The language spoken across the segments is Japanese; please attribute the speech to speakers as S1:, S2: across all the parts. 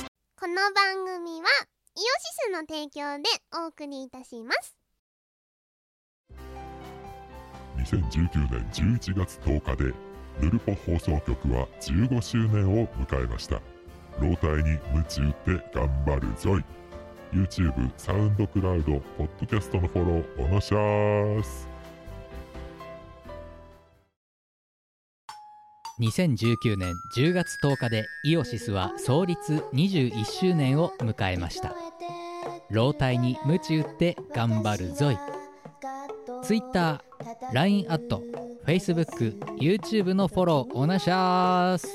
S1: の番組はイオシスの提供でお送りいたします
S2: 2019年11月10日でヌルポ放送局は15周年を迎えました老体に鞭打って頑張るぞい YouTube、サウンドクラウド、ポッドキャストのフォローおのしゃーす
S3: 2019年10月10日でイオシスは創立21周年を迎えました老体に鞭打って頑張るぞい Twitter、LINE アット、Facebook、YouTube のフォローおなしゃーす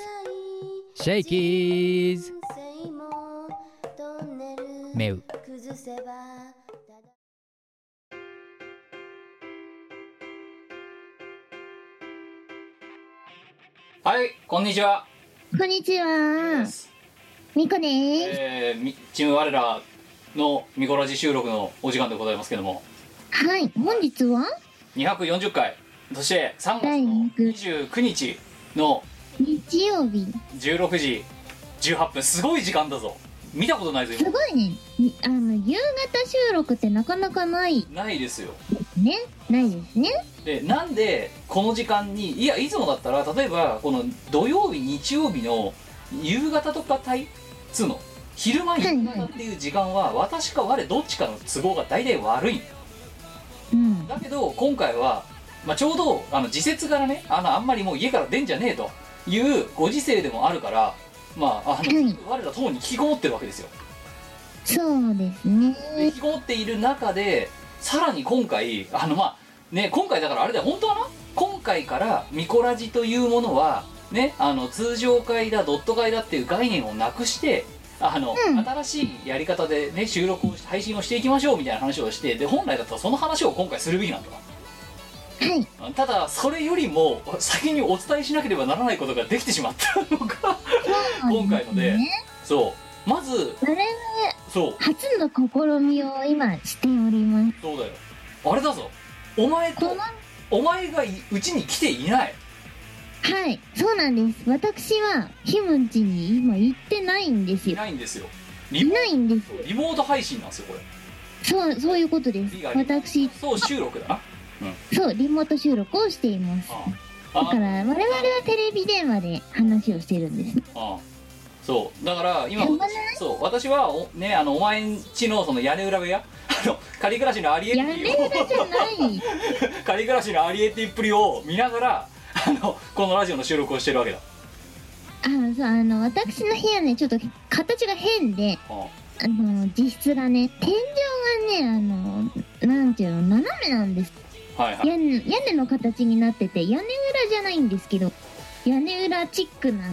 S3: シェイキーズメウ
S4: はい、こんにちは。
S5: こんにちは。みこです。
S4: えー、みチーム我らのミコラジ収録のお時間でございますけども、
S5: はい、本日は
S4: 240回、そして3
S5: 第二部
S4: 月の29日の
S5: 日曜日。
S4: 16時18分、すごい時間だぞ。見たことないぞ、
S5: すごいね。みあの、夕方収録ってなかなかない
S4: 今。ないですよ。
S5: ね。ないですね。
S4: で、なんでこの時間に、いや、いつもだったら、例えば、この土曜日、日曜日の夕方とか帯っつうの、昼間、
S5: い
S4: 夕方っていう時間は、私か我、どっちかの都合が大体悪いんだよ
S5: うん。
S4: だけど今回は、まあ、ちょうどあの時節からねあのあんまりもう家から出んじゃねえというご時世でもあるからまああの、
S5: はい
S4: 我ら党に引きこもってるわけですよ
S5: そうですね。
S4: で引きこもっている中でさらに今回あのまあね今回だからあれだよ本当はな今回からミコラジというものはねあの通常会だドット会だっていう概念をなくしてあの、
S5: うん
S4: 新しいやり方でね収録をし配信をしていきましょうみたいな話をしてで本来だったらその話を今回するべきなんだわ
S5: はい。
S4: ただそれよりも先にお伝えしなければならないことができてしまったのが今回ので
S5: ね。
S4: そうまず
S5: それは
S4: そう
S5: 初の試みを今しております。
S4: そうだよあれだぞお前
S5: ことの、は
S4: お前がいうちに来ていない
S5: い。そうなんです。私は、ひむんちに今行ってないんです
S4: い
S5: よ。
S4: ないんですよリ
S5: い
S4: モ
S5: ないんです。
S4: リモート配信なんですよこれ
S5: そう、そういうことです
S4: リ。アル
S5: 私、
S4: そう収録だな
S5: そう、リモート収録をしています。だ
S4: あ
S5: から我々はテレビ電話で話をしてるんです。
S4: あそうだから今
S5: やばな
S4: 私そう私はおねあのお前んちのその屋根裏部屋 あの仮暮らしのアリエ
S5: や
S4: ッテ
S5: め
S4: ィ
S5: る
S4: を
S5: じゃない。
S4: 仮暮らしのアリエッティっぷりを見ながらあのこのラジオの収録をしてるわけだ
S5: あ、そうあの私の部屋ねちょっと形が変で、
S4: うん
S5: あの実質がね天井がねあのなんていうの斜めなんです。
S4: はいはい
S5: 屋根屋根の形になってて屋根裏じゃないんですけど屋根裏チックな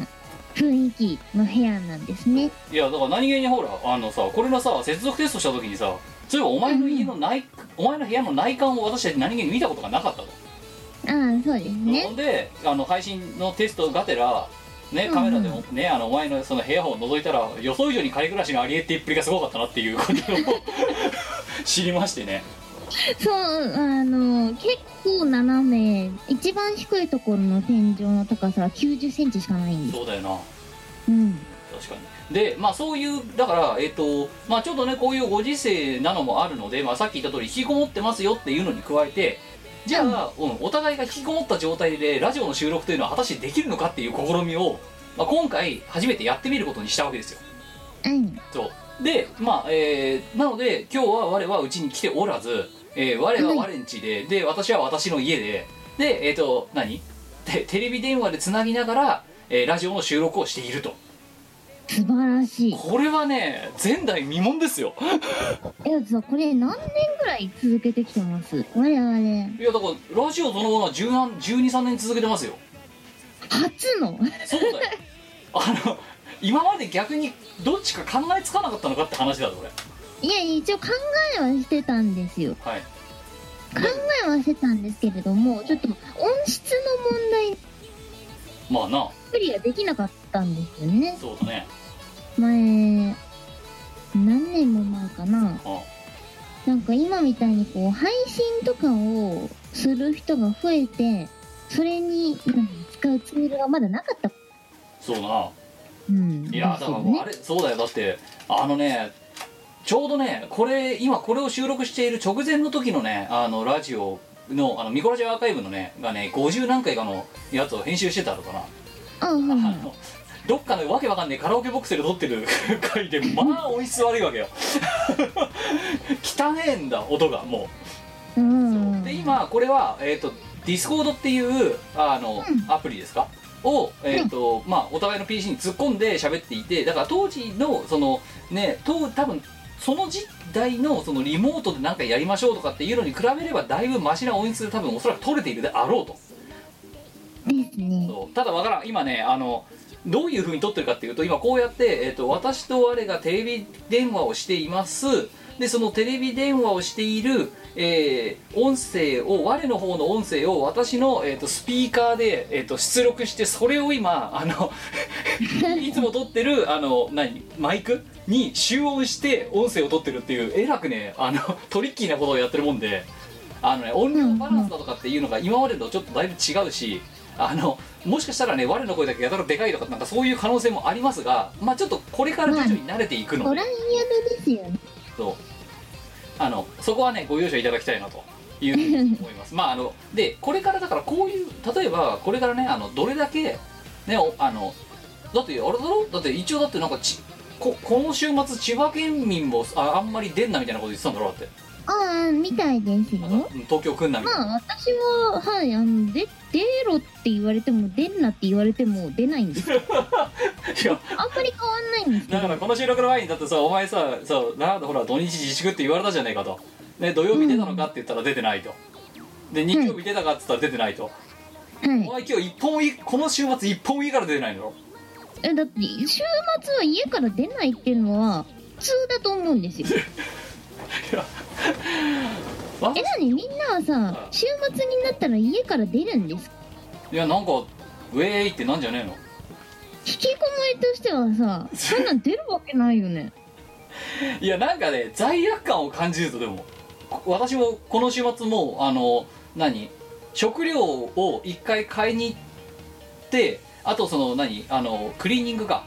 S5: 雰囲気の部屋なんですね。
S4: いやだから何気にほらあのさこれのさ接続テストした時にさそういえばお前の家の内、お前の部屋の内観を私たち何気に見たことがなかったと、
S5: あ、そうです
S4: ほ
S5: ね。
S4: んであの配信のテストがてらね
S5: うん
S4: カメラでも、ねあのお前のその部屋を覗いたら予想以上に仮暮らしのアリエッティっぷりがすごかったなっていうことを 知りまして ね
S5: そうあの結構斜め一番低いところの天井の高さは90センチしかないんです。
S4: そうだよな
S5: うん、
S4: 確かにでまあそういうだからえっ、とまあちょっとねこういうご時世なのもあるので、まあ、さっき言った通り引きこもってますよっていうのに加えてじゃあ、うんお互いが引きこもった状態でラジオの収録というのは果たしてできるのかっていう試みを、まあ、今回初めてやってみることにしたわけですよ
S5: うん、
S4: そうでまあえーなので今日は我はうちに来ておらず、えー我は我んちで、で私は私の家ででえっ、と何 てテレビ電話でつなぎながら、えーラジオの収録をしていると
S5: 素晴らしい。
S4: これはね前代未聞ですよ
S5: え、そう、これ何年ぐらい続けてきてます我々、
S4: いやだからラジオそのものは1 2 3年続けてますよ
S5: 初の。
S4: そうだよあの今まで逆にどっちか考えつかなかったのかって話だぞこれ
S5: いや、一応考えはしてたんですよ。
S4: はい
S5: 考えはしてたんですけれども、ちょっと音質の問題、
S4: まあな
S5: クリアできなかったんですよね。
S4: そうだね
S5: 前、何年も前かな。
S4: あ
S5: なんか今みたいにこう、配信とかをする人が増えて、それになんか使うツールがまだなかった。
S4: そうだな
S5: うん。
S4: いやだからもうあれそうだよだってあのねちょうどねこれ今これを収録している直前の時のねあのラジオのあのミコラジアアーカイブのねがね50何回かのやつを編集してたのかな
S5: あは
S4: あ
S5: いは
S4: のどっかのわけわかんねえカラオケボックスで撮ってる 回でまあ音質悪いわけよ 汚えんだ音がも
S5: いうん
S4: うで今これはえっ、とディスコードっていうあの、
S5: うん
S4: アプリですかを、えーとまあ、お互いの PC に突っ込んで喋っていてだから当時のそのね当多分その時代のそのリモートで何かやりましょうとかっていうのに比べればだいぶマシな音質で多分おそらく取れているであろうと
S5: ですね
S4: そうただわからん今ねあのどういうふうに撮ってるかっていうと今こうやって、えー、と私と我がテレビ電話をしていますでそのテレビ電話をしている、えー音声を我の方の音声を私の、えー、とスピーカーで、えー、と出力してそれを今あ のいつも撮ってるあの何マイクに集音して音声を撮ってるっていうえらくねあのトリッキーなことをやってるもんであのね音量バランスだとかっていうのが今までとちょっとだいぶ違うしあのもしかしたらね我の声だけやたらでかいとかなんかそういう可能性もありますがまあちょっとこれから徐々に慣れていくの
S5: ト
S4: で
S5: ライアルですよね
S4: そうあのそこはねご容赦いただきたいなというふうに思いますまああのでこれからだからこういう例えばこれからねあのどれだけねおあのだってあれだろだって一応だってなんかちここの週末千葉県民もああんまり出んなみたいなこと言ってたんだろだって
S5: ああみたいですよ
S4: なんかうん東京来んなみたいな、
S5: まあ私ははいあので出ろって言われても出んなって言われても出ないんですよ
S4: いや
S5: あんまり変わんないんですけ
S4: だ
S5: ど
S4: からこの収録の前にだってさお前ささなんだほら土日自粛って言われたじゃないかと、ね、土曜日出たのかって言ったら出てないとで日曜日出たかって言ったら出てないと、お
S5: は
S4: 前今日一本もいこの週末一本もいいから出てないの
S5: いえだって週末は家から出ないっていうのは普通だと思うんですよ
S4: わ
S5: えなにみんなはさ週末になったら家から出るんですか
S4: いやなんかウェーイってなんじゃねえの
S5: 引きこもりとしてはさそんなん出るわけないよね
S4: いやなんかね罪悪感を感じるとでもこ私もこの週末もうあの何食料を一回買いに行ってあとその何あのクリーニングか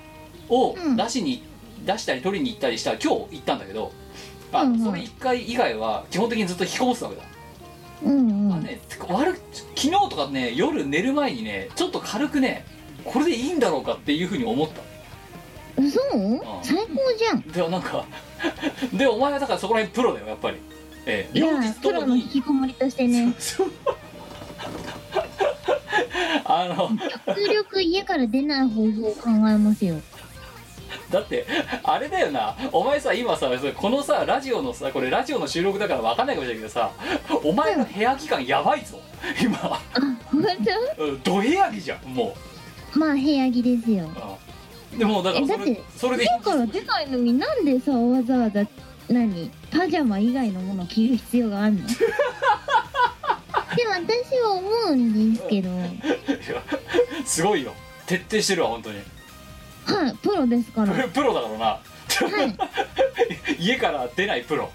S4: を
S5: うん
S4: 出しに、出したり取りに行ったりしたら今日行ったんだけどあ、
S5: うんうん
S4: それ一回以外は基本的にずっと引きこもってたわけだ、
S5: うんう
S4: あ
S5: ん
S4: ね、悪く昨日とかね夜寝る前にねちょっと軽くねこれでいいんだろうかっていうふうに思った
S5: 嘘
S4: ん
S5: 最高じゃん
S4: でもなんか でお前はだからそこら辺プロだよやっぱりええ
S5: い
S4: 両
S5: や
S4: 日
S5: プ
S4: と
S5: ロ
S4: も
S5: の
S4: に
S5: 引きこもりとしてね
S4: そう あの
S5: 極力家から出ない方法を考えますよ
S4: だってあれだよなお前さ今さこのさラジオのさこれラジオの収録だから分かんないかもしれないけどさお前の部屋着感やばいぞ今
S5: 本
S4: うんド部屋着じゃんも
S5: 当まあ部屋着ですよ
S4: う、うん、でもだから
S5: え
S4: そ
S5: だっ
S4: れ
S5: て
S4: それで
S5: 家から出ないのになんでさわざわざ何パジャマ以外のものを着る必要があ るのでも私は思うんですけどはい
S4: すごいよ徹底してるわ本当に
S5: プロですから
S4: プ
S5: はい
S4: ロプロだからな 家から出ないプロ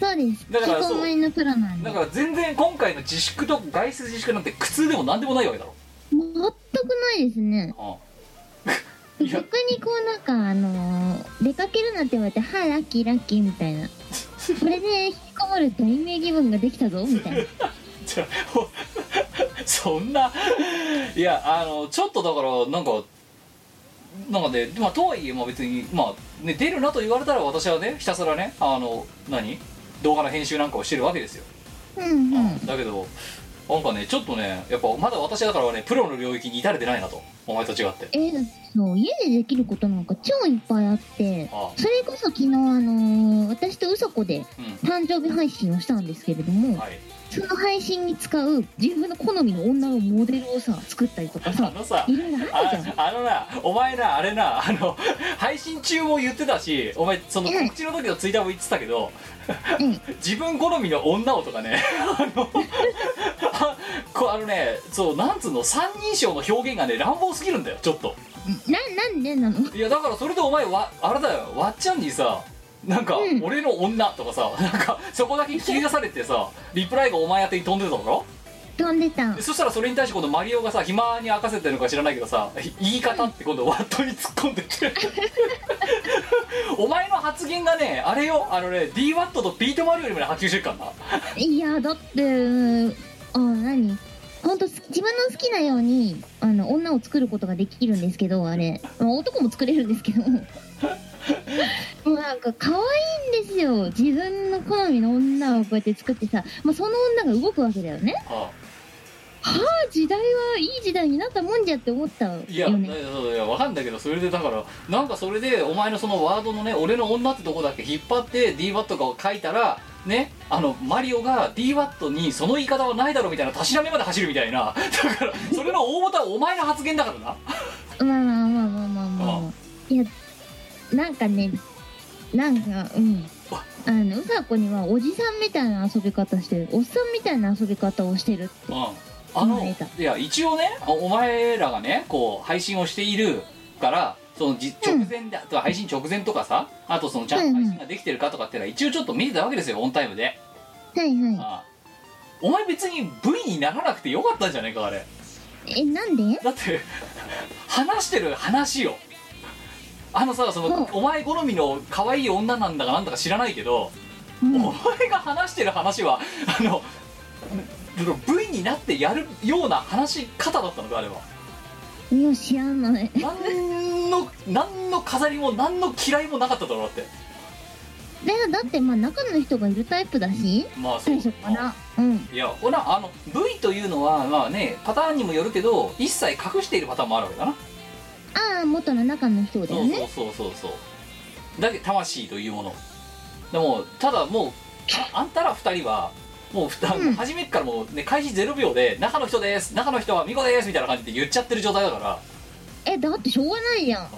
S5: そうです
S4: だから
S5: 引きこもりのプロなん
S4: だ
S5: で全
S4: から全然今回の自粛と外出自粛なんて苦痛でも何でもないわけだろ
S5: くないですね
S4: うんいや
S5: 逆にこうなんかあのー出かけるなって言われて「はいラッキーラッキー」みた いなこれで引きこもる大名義分ができたぞ みたいな
S4: じゃあほ そんないやあのちょっとだからなんかなんかねまあとはいえまあ別にまあね出るなと言われたら私はねひたすらねあの何動画の編集なんかをしてるわけですよ、
S5: うんうん
S4: だけどなんかねちょっとねやっぱまだ私だからねプロの領域に至れてないなとお前と違って
S5: えーそう家でできることなんか超いっぱいあって
S4: あ
S5: それこそ昨日あのー私とうさこで
S4: うん
S5: 誕生日配信をしたんですけれども
S4: はい
S5: その配信に使う自分の好みの女のモデルをさ作ったりとか
S4: あ
S5: さ
S4: のさ
S5: いろいろあるじゃん
S4: ああのなお前なあれなあの配信中も言ってたしお前その告知の時のツイッターも言ってたけど、
S5: うん
S4: 自分好みの女をとかね あのあこあのねそうなんつうの三人称の表現がね乱暴すぎるんだよちょっと
S5: ななんでなの
S4: いやだからそれでお前わあれだよわっちゃんにさなんか、
S5: うん
S4: 俺の女とかさなんかそこだけ切り出されてさリプライがお前宛てに飛んでたの
S5: 飛んでた
S4: そしたらそれに対して今度マリオがさ暇に明かせてるのか知らないけどさ言い方って今度ワットに突っ込んでてお前の発言がねあれよあのね d ワットとビートマリオよりもね波及してるからない
S5: やだってうんあ何本当自分の好きなようにあの女を作ることができるんですけどあれ、まあ、男も作れるんで すけどもうなんか可愛いんですよ自分の好みの女をこうやって作ってさ、まあ、その女が動くわけだよね
S4: あ
S5: はあ時代はいい時代になったもんじゃって思ったよ
S4: いや
S5: ね
S4: だそういやわかんないけどそれでだからなんかそれでお前のそのワードのね俺の女ってとこだけ引っ張って d ワットが書いたらねあのマリオが d ワットにその言い方はないだろうみたいなたしなみまで走るみたいなだからそれの大元はお前の発言だからな
S5: まあまあまあまあまあまあ、
S4: あ
S5: いやなんかねなんかうん
S4: あ
S5: あのうさこにはおじさんみたいな遊び方してるおっさんみたいな遊び方をしてるって
S4: うん、あの
S5: うん見えた
S4: いや一応ねおお前らがねこう配信をしているからそのじ直
S5: うん
S4: 前だ、とか配信直前とかさあとそのちゃ
S5: うん
S4: と
S5: んうん
S4: 配信ができてるかとかっていうのは一応ちょっと見てたわけですよオンタイムで、
S5: はいは
S4: ああお前別に V にならなくてよかったんじゃないかあれ
S5: いえなんで
S4: だって話してる話よあのさその、
S5: うん
S4: お前好みの可愛い女なんだかなんだか知らないけど、
S5: うん
S4: お前が話してる話はあの V になってやるような話し方だったのかあれはい
S5: や知らない
S4: 何の何の飾りも何の嫌いもなかっただろうだって
S5: だだってまあ中の人がいるタイプだし
S4: まあそう
S5: 最 初からうん
S4: いやほらあの V というのはまあねパターンにもよるけど一切隠しているパターンもあるわけだな
S5: ああ元の中の人だ
S4: そ
S5: よ
S4: う
S5: ね
S4: そうそうそうそうだけど魂というものでもただもうああんたら二人はもうふた、
S5: うん
S4: 初めっからもうね開始0秒で中の人です中の人はミコですみたいな感じで言っちゃってる状態だから
S5: えだってしょうがないじゃん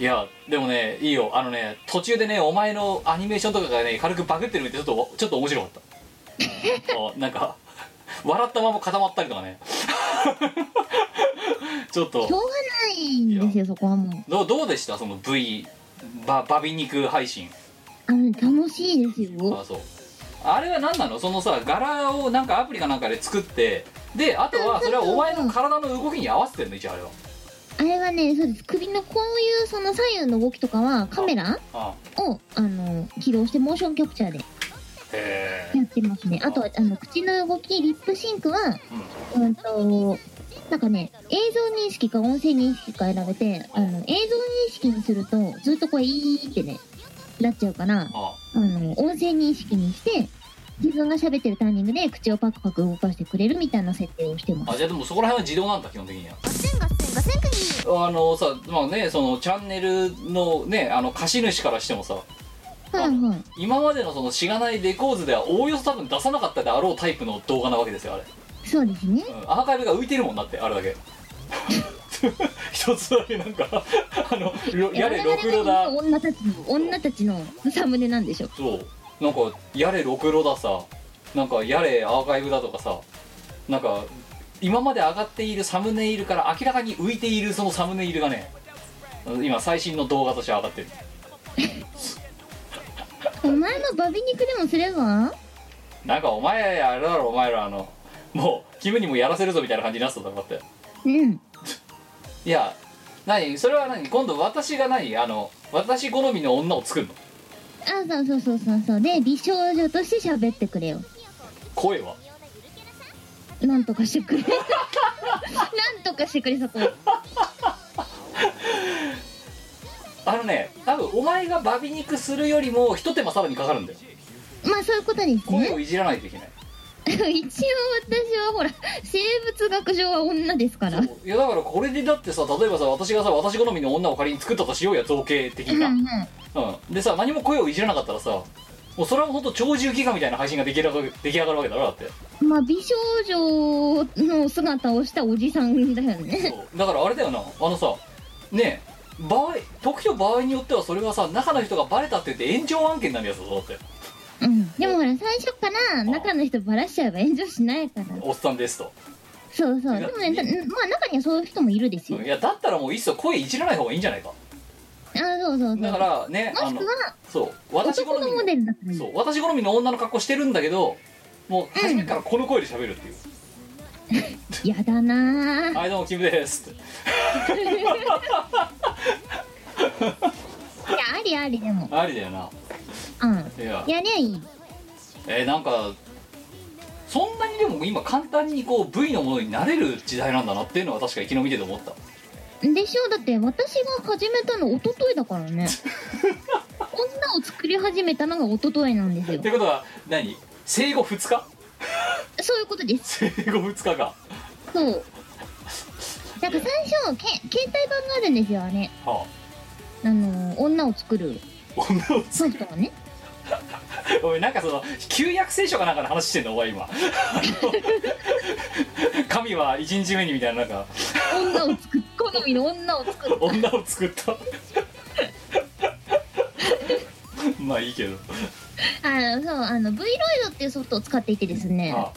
S4: いやでもねいいよあのね途中でねお前のアニメーションとかがね軽くバグってるの見てちょっとちょっと面白かった あなんか笑ったまま固まったりとかね ちょっ
S5: しょ
S4: と
S5: うがないんですよそこはもう
S4: どうどうでしたその V ババビ肉配信
S5: あのね楽しいですよ
S4: あそうあれは何なのそのさ柄をなんかアプリかなんかで作ってであとはそれはお前の体の動きに合わせてるの一応あれは
S5: あれはねそうです首のこういうその左右の動きとかはカメラ
S4: あ
S5: をあの起動してモーションキャプチャーで
S4: へえ
S5: やってますねあとはあの口の動きリップシンクはうんとなんかね映像認識か音声認識か選べてあの映像認識にするとずっとこれいーってねなっちゃうから
S4: あ
S5: あの音声認識にして自分が喋ってるタイミングで口をパクパク動かしてくれるみたいな設定をしてます
S4: あじゃあでもそこら辺は自動なんだ基本的には
S1: ガッセンガッセンガッセンクギー
S4: あのさまあねそのチャンネルのねあの貸主からしてもさ
S5: はいはい
S4: 今までのそのしがないレコーズではおおよそ多分出さなかったであろうタイプの動画なわけですよあれ、
S5: そうですね
S4: うん、アーカイブが浮いてるもんだってあれだけ 一つだけなんか あのろやれろくろだ
S5: 我々が言う女たちの女たちのサムネなんでしょ
S4: そうなんかやれろくろださなんかやれアーカイブだとかさなんか今まで上がっているサムネイルから明らかに浮いているそのサムネイルがね今最新の動画として上がってる
S5: お前のバビ肉でもすれば
S4: なんかお前あれだろお前らあのもうキムにもやらせるぞみたいな感じになってただろだって
S5: うん
S4: いや何それは何今度私が何あの私好みの女を作るの
S5: あそうそうそうそうそうで美少女として喋ってくれよ
S4: 声は
S5: なんとかしてくれなんとかしてくれそこ
S4: あのね多分お前がバビ肉するよりも一手間さらにかかるんだよ
S5: まあそういうことです
S4: 声を
S5: ね
S4: いじらないといけない
S5: 一応私はほら生物学上は女ですから
S4: いやだからこれでだってさ例えばさ私がさ私好みの女を仮に作ったとしようや造形的
S5: うんう
S4: な、
S5: ん
S4: うん、でさ何も声をいじらなかったらさもうそれはもうほんと超重ギガみたいな配信が出来上がる出来上がるわけだろだって
S5: まあ美少女の姿をしたおじさんだよね
S4: だからあれだよなあのさねえ場合時と場合によってはそれがさ中の人がバレたって言って炎上案件になるやつだぞだって
S5: うんでもほら最初から中の人バラしちゃえば炎上しないから
S4: おっさんですと
S5: そうそうでもねたまあ中にはそういう人もいるですよ
S4: いやだったらもういっそ声いじらない方がいいんじゃないか
S5: あそうそうそう
S4: だからねあ
S5: も
S4: の
S5: しくは
S4: そう私好
S5: 男のモ
S4: み
S5: デルだからいい
S4: そう私好みの女の格好してるんだけどもう初めからこの声で喋るっていう、
S5: やだなぁ
S4: はいどうもキムですって
S5: いやありありでも
S4: ありだよな
S5: うん
S4: いや
S5: やりゃいい
S4: えーなんかそんなにでも今簡単にこう V のものになれる時代なんだなっていうのは確か昨日見てて思った
S5: でしょだって私が始めたの一昨日だからね女を作り始めたのが一昨日なんですよ
S4: ってことは何生後2日
S5: そういうことで
S4: 生
S5: す
S4: 後2日か
S5: そうなんか最初け携帯版があるんですよあれ
S4: はあ
S5: あの女を作る
S4: 女を
S5: ソフトがね
S4: おいなんかその旧約聖書かなんかの話してんのお前今 あの神は1日目にみたいななんか
S5: 女を作る好みの女 を作る
S4: 女を作った まあいいけど、
S5: あのそうあの V ロイドっていうソフトを使っていてですね
S4: あ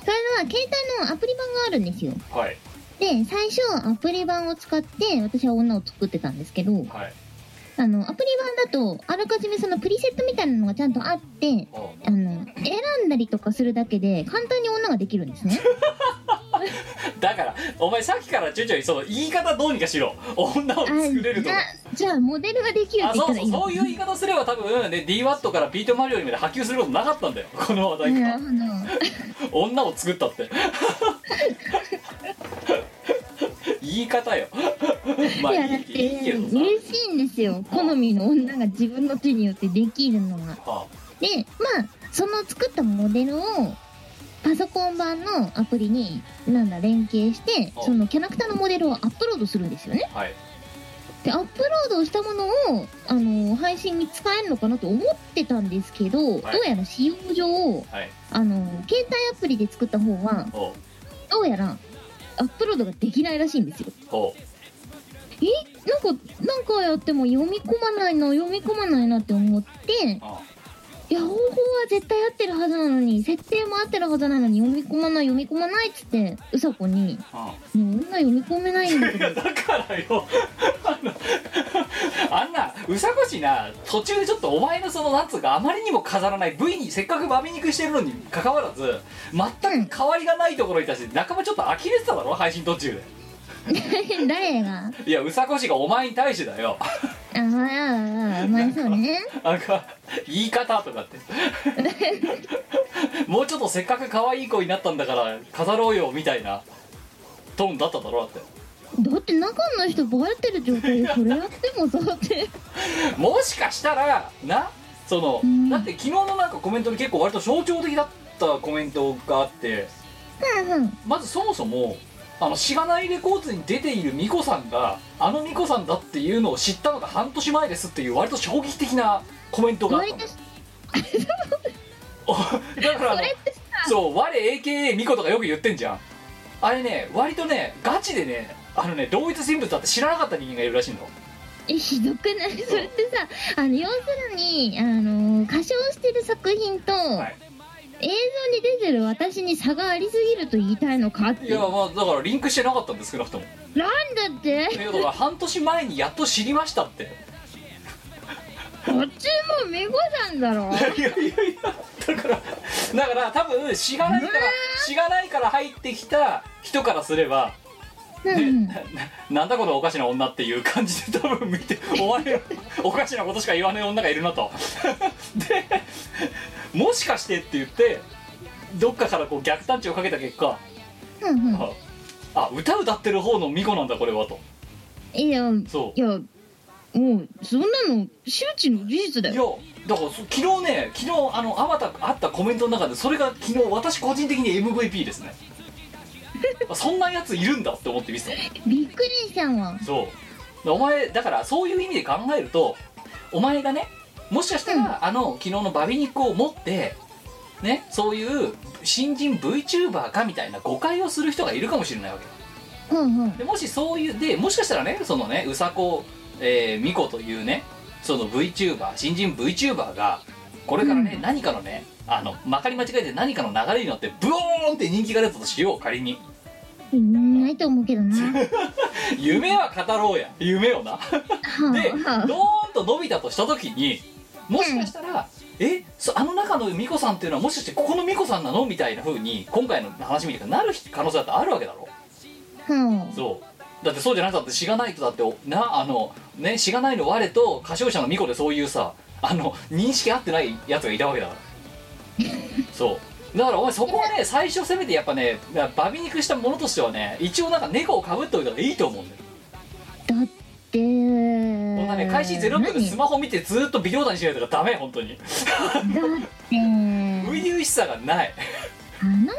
S5: それは携帯のアプリ版があるんですよ
S4: はい
S5: で最初アプリ版を使って私は女を作ってたんですけど
S4: はい
S5: あのアプリ版だとあらかじめそのプリセットみたいなのがちゃんとあって
S4: あ
S5: あの選んだりとかするだけで簡単に女ができるんです ね
S4: だからお前さっきからちょいちょいその言い方どうにかしろ女を
S5: あ
S4: 作れると
S5: じゃあじゃあモデルができるっ
S4: あ
S5: て言っ
S4: そ
S5: た
S4: うそ
S5: らいうい
S4: そういう言い方すれば多分ね DWAT からビートマリオにまで波及することなかったんだよこの話題
S5: な
S4: が
S5: るほど
S4: 女を作ったって言い方 よまあ
S5: いやだ
S4: い
S5: っ
S4: い
S5: て
S4: いいけどさ、
S5: 嬉しいんですよ好みの女が自分の手によってできるのが
S4: は
S5: でまあその作ったモデルをパソコン版のアプリになんだ連携して
S4: お
S5: そのキャラクターのモデルをアップロードするんですよね
S4: あはい
S5: でアップロードしたものをあの配信に使えるのかなと思ってたんですけど、
S4: はい
S5: どうやら使用上
S4: はい
S5: あの携帯アプリで作った方は
S4: ほ
S5: どうやらアップロードができないらしいんですよ
S4: うほ
S5: えなんか何回やっても読み込まないな読み込まないなって思って
S4: うあ
S5: いや方法は絶対合ってるはずなのに設定も合ってるはずなのに読み込まない読み込まないっつってうさこに
S4: あ
S5: 「もう女読み込めないんだけど
S4: うんだからよあのあんなうさこしな途中でちょっとお前のそのなんつうかあまりにも飾らない V にせっかくバミ肉してるのにかかわらず全く変わりがないところに対して仲間ちょっと呆れてただろ配信途中で
S5: 誰が
S4: いやうさこしがお前に対してだよ
S5: ああああまあそうね
S4: なんか言い方とかってもうちょっとせっかく可愛い子になったんだから飾ろうよみたいなトーンだっただろだって
S5: だって中の人バレてる状態でそれやってもさって
S4: もしかしたらなその、
S5: うん
S4: だって昨日のなんかコメントに結構割と象徴的だったコメントがあって
S5: うんうん
S4: まずそもそもあのしがないレコーズに出ているミコさんがあのミコさんだっていうのを知ったのが半年前ですっていう割と衝撃的なコメントがあっ
S5: 割
S4: たの
S5: とそ
S4: おだからあの
S5: れって
S4: そう我 AKA ミコとかよく言ってんじゃんあれね割とねガチでねあのね同一人物だって知らなかった人間がいるらしいの
S5: えひどくない それってさあの要するにあの歌唱してる作品と、
S4: い
S5: 映像に出てる私に差がありすぎると言いたいのかって
S4: い
S5: いう
S4: やまあだからリンクしてなかったんです少なくとも
S5: なんだって
S4: ということは半年前にやっと知りましたって
S5: こっちもメゴさん だろ
S4: いやいやいやだからだから多分しがないからしがないから入ってきた人からすれば
S5: うん
S4: で
S5: うん
S4: ななんだこのおかしな女っていう感じで多分見てお前はおかしなことしか言わない女がいるなとでもしかしてって言ってどっかからこう逆探知をかけた結果
S5: うん うん
S4: ああ歌歌ってる方の巫女なんだこれはと
S5: いやい
S4: そう
S5: やもうそんなの周知の事実だ
S4: い
S5: よ
S4: やだからそ昨日ね昨日あのあまたあったコメントの中でそれが昨日私個人的に MVP ですねあそんなやついるんだって思って見てた
S5: びっくりしたわ
S4: そうお前だからそういう意味で考えるとお前がねもしかしたら、あの昨日のバビ肉を持ってねそういう新人 VTuber かみたいな誤解をする人がいるかもしれないわけ
S5: うんうん
S4: でもしそういうでもしかしたらねそのねうさこ、えー、みこというねその VTuber 新人 VTuber がこれからね、
S5: うん
S4: 何かのねあのまかり間違えて何かの流れに乗ってブオーンって人気が出たとしよう仮に
S5: うんないと思うけどなは
S4: 夢は語ろうや夢をな
S5: あ
S4: でド
S5: はあ
S4: ーンと伸びたとした時にもしかしたら、えそそあの中のミコさんっていうのはもしかしてここのミコさんなのみたいな風に今回の話みたいになる可能性だってあるわけだろ
S5: は
S4: そうだってそうじゃなくたってしがないとだっておなあのねしがないの我と歌唱者のミコでそういうさあの認識合ってないやつがいたわけだから そうだからお前そこはね最初せめてやっぱねバビ肉したものとしてはね一応なんか猫をかぶっておいた方がいいと思うんだよ
S5: あだってこ
S4: こん
S5: ん
S4: なね開始0分でスマホ見てずーっと微動だにしないとかダメ本当に
S5: だって
S4: 初々しさがない
S5: あのね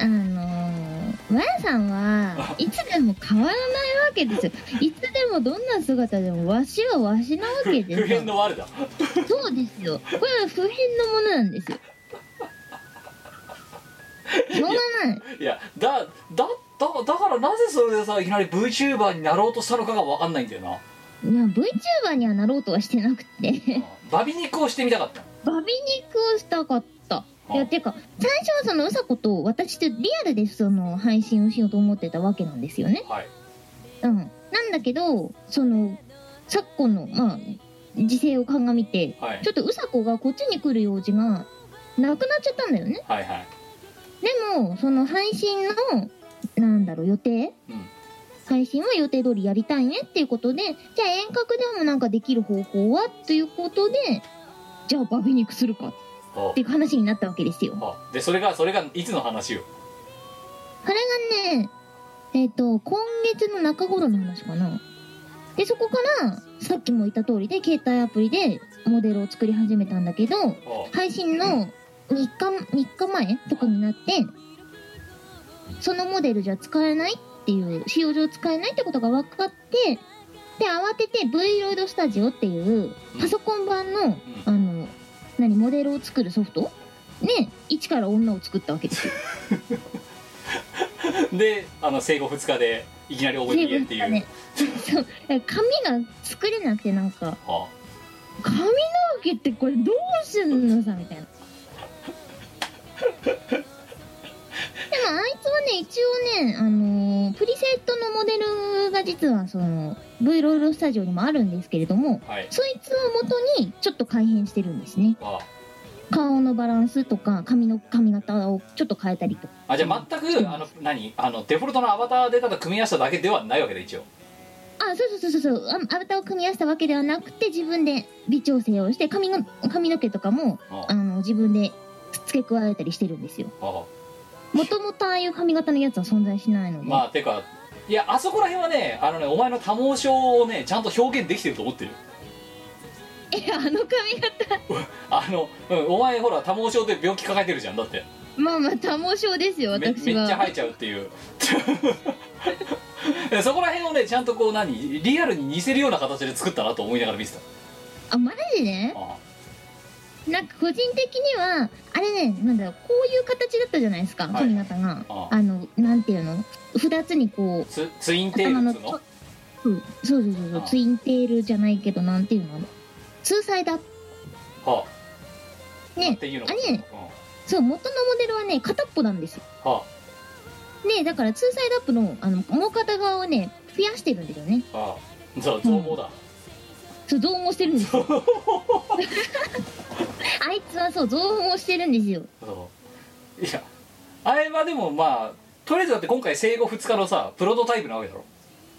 S5: あのマヤさんはいつでも変わらないわけですよいつでもどんな姿でもわしはわしなわけで
S4: 不
S5: すよ
S4: 変の我だ
S5: そうですよ。これは普遍のものなんですよ。しょうがない。
S4: いやだだだだからなぜそれでさいきなり VTuber になろうとしたのかが分かんないんだよない
S5: や、VTuber にはなろうとはしてなくて、
S4: バビ肉をしてみたかった
S5: バビ肉をしたかった。いや、てか、最初はそのうさこと私とリアルでその配信をしようと思ってたわけなんですよね。
S4: はい
S5: うん。なんだけど、その、昨今の、まあ、時勢を鑑みて、
S4: はい
S5: ちょっとうさこがこっちに来る用事がなくなっちゃったんだよね。
S4: はいはい
S5: でもその配信のなんだろう予定、
S4: うん
S5: 配信は予定通りやりたいねっていうことでじゃあ遠隔でもなんかできる方法はということでじゃあバビ肉するか
S4: お
S5: っていう話になったわけですよ。
S4: あでそれがそれがいつの話よ
S5: あれがねえっ、と今月の中頃の話かな。でそこからさっきも言った通りで携帯アプリでモデルを作り始めたんだけど
S4: お
S5: 配信の3日 ,3 日前とかになってそのモデルじゃ使えないっていう使用上使えないってことが分かってで慌てて Vloid Studio っていうパソコン版の、あの何モデルを作るソフトね一から女を作ったわけですよ。
S4: であの生後2日でいきなり覚えていえっていう、
S5: ね、そう紙が作れなくてなんか
S4: あ
S5: 髪の毛ってこれどうすんのさみたいなでもあいつはね一応ねあのープリセットのモデルが実はその V ロールスタジオにもあるんですけれども
S4: はい
S5: そいつを元にちょっと改変してるんですね
S4: あ
S5: 顔のバランスとか髪の髪型をちょっと変えたりとか
S4: あじゃあ全くあの何あのデフォルトのアバターデータと組み合わせただけではないわけで一応
S5: あそうそうそうそうそうあアバターを組み合わせたわけではなくて自分で微調整をして髪の髪の毛とかも
S4: あ
S5: あの自分で付け加えたりしてるんですよ
S4: あ
S5: もともとああいう髪型のやつは存在しないので、
S4: まあてかいやあそこら辺はねあのねお前の多毛症をねちゃんと表現できてると思ってる
S5: いやあの髪型
S4: あの、うん、お前ほら多毛症で病気抱えてるじゃんだって
S5: まあまあ多毛症ですよ
S4: めめっ
S5: 私
S4: ち
S5: は
S4: ゃ生えちゃうっていう そこら辺をねちゃんとこう何リアルに似せるような形で作ったなと思いながら見てた
S5: あマジで
S4: あ
S5: なんか個人的にはあれねなんだろうこういう形だったじゃないですか、
S4: はい
S5: 髪型が
S4: あ
S5: あのなんていうの二つにこう
S4: ツツインテー
S5: 頭
S4: ル
S5: の
S4: っつうの
S5: とそうそうそうそう
S4: あ
S5: ツインテールじゃないけどなんていうの通裁だ
S4: はあ、っ
S5: ね
S4: ていうの
S5: あれ
S4: うん
S5: そう元のモデルはね片っぽなんですよ
S4: は
S5: ねだから通裁ダップのあのもう片側をね増やしてるんですよね
S4: あはあそう増毛だ、
S5: そう増毛してる んですよあいつはそう増毛してるんですよ
S4: そういやあれはでもまあとりあえずだって今回生後2日のさプロトタイプなわけだろ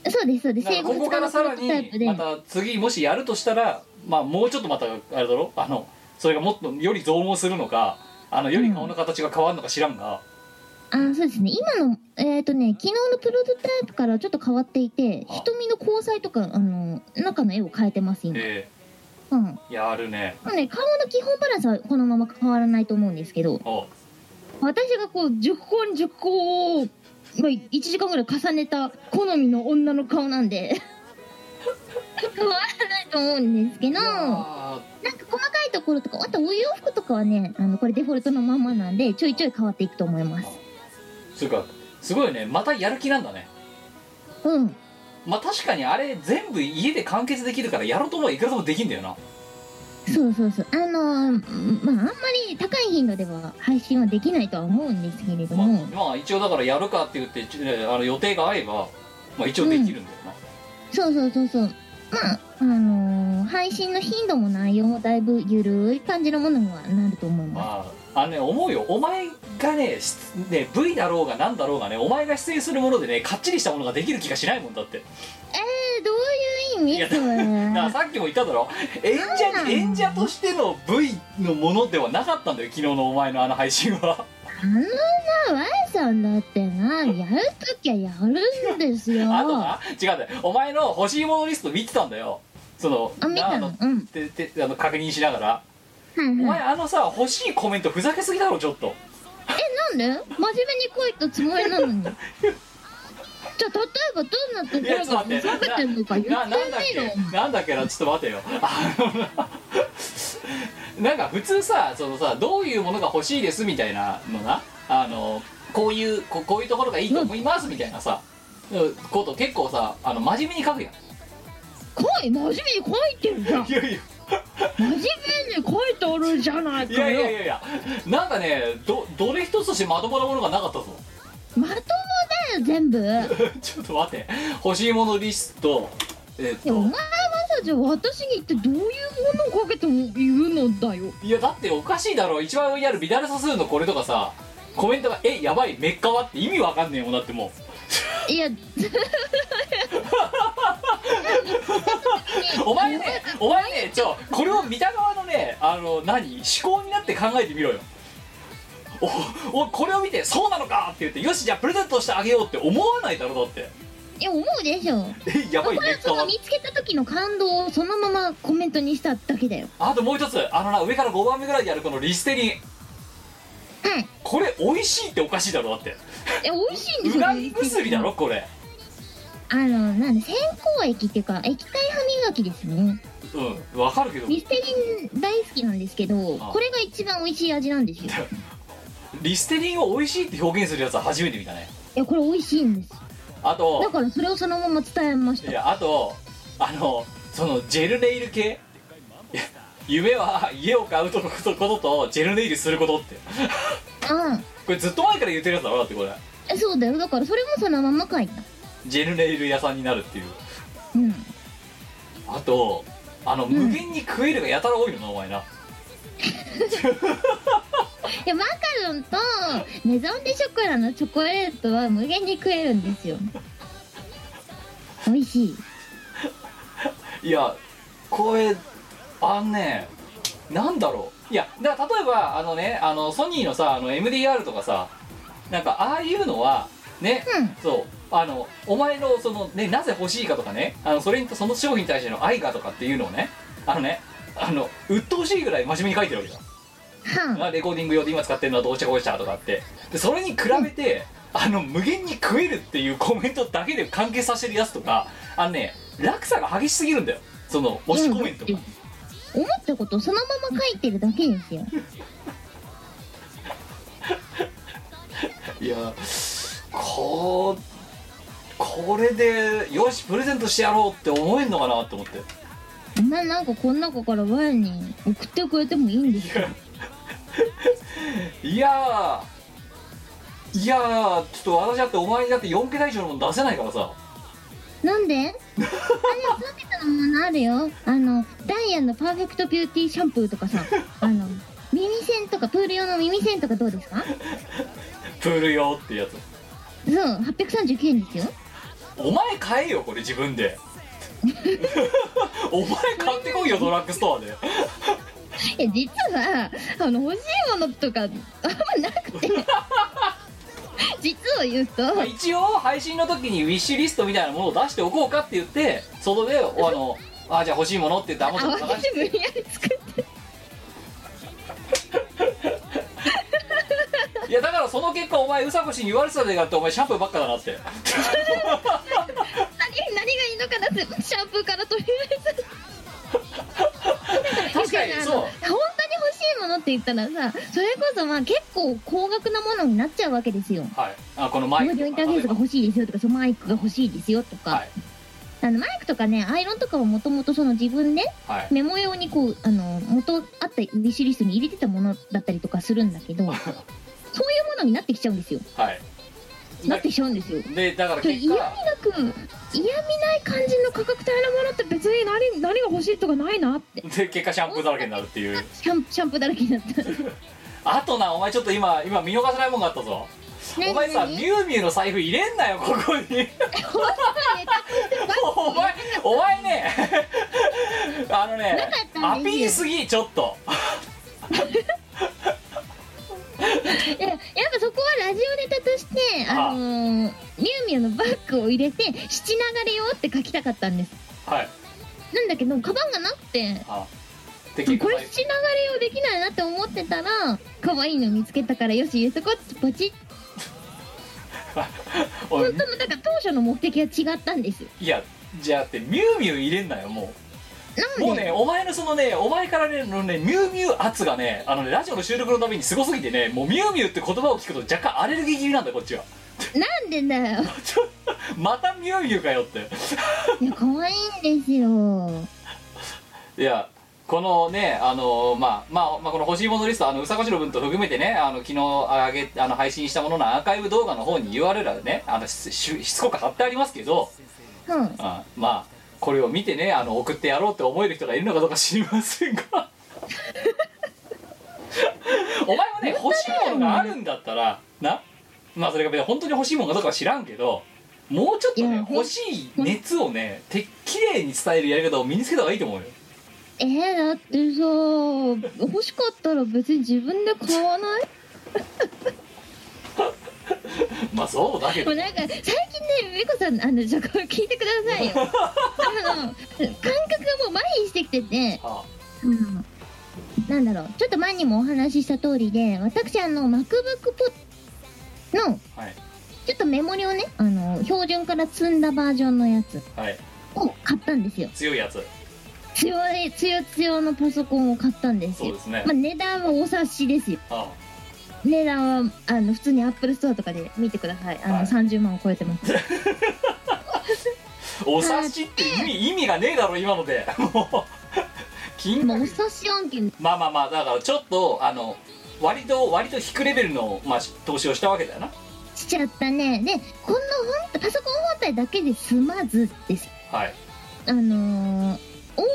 S5: そうですそうです
S4: だから
S5: 生後
S4: ここ
S5: 2
S4: から
S5: 日の
S4: さ
S5: プ
S4: ら
S5: ロトタイプ
S4: に
S5: で、
S4: また次もしやるとしたらまあもうちょっとまたあれだろあのそれがもっとより増毛するのかあのより顔の形が変わるのか知らんが、
S5: あそうですね今のえっ、とね昨日のプロトタイプからちょっと変わっていて
S4: あ
S5: 瞳の交際とかあの中の絵を変えてます今、
S4: え
S5: うんま
S4: えやるね
S5: あね顔の基本バランスはこのまま変わらないと思うんですけど
S4: お
S5: 私がこう熟考に熟考を、まあ、1時間ぐらい重ねた好みの女の顔なんで変わらないと思うんですけど
S4: あ
S5: なんか細かいところとかあとお洋服とかはねあのこれデフォルトのままなんでちょいちょい変わっていくと思います
S4: それかすごいねまたやる気なんだね
S5: うん
S4: まあ確かにあれ全部家で完結できるからやろうと思えばいくらでもできんだよな
S5: そうそうそうあのーまああんまり高い頻度では配信はできないとは思うんですけれど
S4: まあ
S5: も、
S4: まあ一応だからやるかって言ってちねあの予定が合えば、まあ、一応できるんだよな、
S5: そうそうそうそうまああのーの配信の頻度も内容もだいぶゆるい感じのものにはなると思いま
S4: まああのね思うよお前がねしね V だろうが何だろうがねお前が出演するものでねかっちりしたものができる気がしないもんだって
S5: す。えー、どういう意
S4: いや
S5: 味それ
S4: だからさっきも言っただろ演者に
S5: うん
S4: 演者としての V のものではなかったんだよ昨日のお前のあの配信は
S5: あのな、ワイさんだってな、やるときはやるんです よ。
S4: あとな違うんだよお前の欲しいものリスト見てたんだよその
S5: あ、見
S4: な
S5: た
S4: の
S5: のうん。
S4: ててあの確認しながら、
S5: はい
S4: お
S5: はい
S4: 前。あのさ欲しいコメントふざけすぎだろちょっと
S5: なんで真面目に来いたつもりな のに。じゃあ、例えばどんなと
S4: い
S5: こ
S4: や
S5: ろ
S4: ちょっ
S5: が
S4: と待
S5: ふ
S4: って
S5: ざけてんのか言
S4: な
S5: って
S4: なんだっ
S5: みろ。
S4: けなんだっけなちょっと待てよあのななんか普通さそのさどういうものが欲しいですみたいなのなあのこういうここういうところがいいと思いますみたいなさこと結構さあの真面目に書くやん
S5: 来い真面目に書いてるじゃん
S4: いやいや
S5: 真面目に書いておるじゃない
S4: い
S5: か
S4: やいやい
S5: よ
S4: やいやなんかねどどれ一つとしてまともなものがなかったぞ
S5: まともだよ全部いや
S4: ちょっと待って欲しいものリストえっ
S5: お前は
S4: と
S5: さじゃあ私に一体どういうものをかけても言うのだよ
S4: いやだっておかしいだろ一番上にあるビダル素数のこれとかさコメントが「えやばいメッカは?」って意味わかんねえもんだってもう
S5: いや
S4: お前ね、お前ね、ちょ、これを見た側のね、あの、何、思考になって考えてみろよ。お、お、これを見て、そうなのかって言って、よし、じゃあプレゼントしてあげようって思わないだろ、だって。
S5: いや思うでしょ
S4: え、やばい、
S5: これ
S4: め
S5: は
S4: っちゃ
S5: その見つけた時の感動をそのままコメントにしただけだよ
S4: あともう一つ、あのな、上から5番目ぐらいにあるこのリステリン。
S5: はい
S4: これ、美味しいっておかしいだろ、だって。
S5: え美味しいんです
S4: う
S5: よ
S4: がい薬だ ろ、これ。
S5: あのなんで先行液っていうか液体歯磨きですね
S4: うん、わかるけど、
S5: ミステリン大好きなんですけどこれが一番美味しい味なんですよ
S4: リステリンを美味しいって表現するやつは初めて見たね。
S5: いやこれ美味しいんです
S4: あ
S5: だ
S4: と、
S5: からそれをそのまま伝えまし
S4: い
S5: た
S4: や、あと、あの、その、ジェルネイル系夢は家を買うとこととジェルネイルすることって
S5: うん
S4: これずっと前から言ってるやつだろだってこれ
S5: えそうだよだからそれもそのまま書いた
S4: ジェルネイル屋さんになるっていう
S5: うん
S4: あとあの
S5: ん
S4: 無限に食えるがやたら多いのなお前な
S5: でマカロンとメゾンデショコラのチョコレートは無限に食えるんですよ美味しい
S4: いやこれあんねなんだろういやだから例えばあのねあのソニーのさあの MDR とかさなんかああいうのはね
S5: うん
S4: そうあのお前のそのねなぜ欲しいかとかねあのそれにその商品に対しての愛がとかっていうのをねあのねあの鬱陶しいぐらい真面目に書いてるわけだ
S5: はあ
S4: あレコーディング用で今使ってるのはどうしたこうしたとかってでそれに比べて、あの無限に食えるっていうコメントだけで関係させてるやつとかあのね落差が激しすぎるんだよその推しコメント
S5: いや
S4: が
S5: だって思ったことをそのまま書いてるだけですよ
S4: いやこうこれでよしプレゼントしてやろうって思えんのかなって思って
S5: お前なんかこの中からワイに送ってくれてもいいんですよ
S4: いやーいやーちょっと私だってお前にだって4桁以上のもの出せないからさ
S5: なんであれ食べたのものあるよあのダイヤのパーフェクトビューティーシャンプーとかさあの耳栓とかプール用の耳栓とかどうですか
S4: プール用ってやつ
S5: そう839円ですよ
S4: お前買えよこれ自分で お前買ってこいよドラッグストアで
S5: え実はあの欲しいものとかあんまな くて実を言うと
S4: まあ一応配信の時にウィッシュリストみたいなものを出しておこうかって言ってそこでおあのあじゃあ欲しいものって言ってアマゾン
S5: 慌
S4: 探して
S5: 無理やり作って
S4: ていやだからその結果お前うさこしに言われてたでがってお前シャンプーばっかだなって
S5: 何何がいいのかなってシャンプーからとりあえず
S4: 確かに
S5: あ の
S4: そう
S5: 本当に欲しいものって言ったらさそれこそまあ結構高額なものになっちゃうわけですよ
S4: はいあこの
S5: オ
S4: マイ
S5: ー
S4: ク
S5: ディオインタ
S4: と
S5: ーフェースが
S4: か
S5: 欲しいですよとかそのマイクが欲しいですよとか、
S4: はい
S5: あのマイクとかねアイロンとかはもともとその自分で
S4: はい
S5: メモ用にこうあの元あったウィッシュリストに入れてたものだったりとかするんだ けどそういうものになってきちゃうんですよ
S4: はい
S5: なってきちゃうんですよ
S4: でだから
S5: それ
S4: 結
S5: 嫌味
S4: 果
S5: なく嫌味ない感じの価格帯のものって別に何何が欲しいとかないなって
S4: で結果シャンプーだらけになるっていう
S5: シャンシャンプーだらけに なった
S4: あとなお前ちょっと今今見逃せないもんがあったぞお前さミ
S5: 何
S4: ュウミュウの財布入れんなよここにお前お前ねあのね
S5: かったんですよ
S4: アピールすぎちょっと
S5: いややっぱそこはラジオネタとしてあのー、ミュウミュウのバッグを入れて「七流れよ」って書きたかったんです
S4: はい
S5: なんだけどカバンがなくて
S4: あで結
S5: こ
S4: 構
S5: れ七流れよできないなって思ってたら可愛いの見つけたからよし入れとこうってポチッ
S4: おい
S5: 本当のだから当初の目的は違ったんですよ
S4: いやじゃあってミュウミュウ入れんなよも
S5: なん
S4: う
S5: で
S4: もうねお前のそのねお前からねのねミュウミュウ圧がねあのねラジオの収録のためにすごすぎてねもうミュウミュウって言葉を聞くと若干アレルギー気味なんだよこっちは
S5: なんでだ よ
S4: ちょまたミュウミュウかよって
S5: いや可愛いんですよ
S4: いやこのねあのまあまあ、まあ、この欲しいものリストあのうさこしの分と含めてねあの昨日あげあの配信したもののアーカイブ動画の方に URL はねあのしししつこく貼ってありますけど、
S5: うん
S4: あまあこれを見てねあの送ってやろうって思える人がいるのかどうか知りません がお前もね欲しいものがあるんだったらなまあそれが別に本当に欲しいものかどうかは知らんけどもうちょっと
S5: い
S4: ね
S5: やほん
S4: 欲しい熱をねてきれいに伝えるやり方を身につけた方がいいと思うよ
S5: えー、だってさ欲しかったら別に自分で買わ ない
S4: まあそうだけ
S5: も
S4: ど
S5: うなんか最近ねめこさんあのじゃあこれ聞いてくだ さいよあの感覚がもう麻痺してきてて、
S4: あ
S5: うん、なんだろうちょっと前にもお話しした通りで私あの MacBookPro の
S4: はい
S5: ちょっとメモリをねあの標準から積んだバージョンのやつ
S4: はい
S5: を買ったんですよ
S4: 強いやつ
S5: 強い強強のパソコンを買ったんです
S4: そう
S5: よ
S4: ですね
S5: まあ、値段はお察しですよ
S4: あ
S5: 値段はあの普通にアップルストアとかで見てくださいあの、
S4: はい
S5: 30万を超えてます
S4: お察しって意味意味がねえだろ今ので もう金
S5: まあお
S4: 額
S5: 察し案件
S4: まあまあまあだからちょっとあの割と割と低レベルの、まあ、し投資をしたわけだよな
S5: しちゃったねでこの本パソコン本体だけで済まずです
S4: はい
S5: あのー OS のね、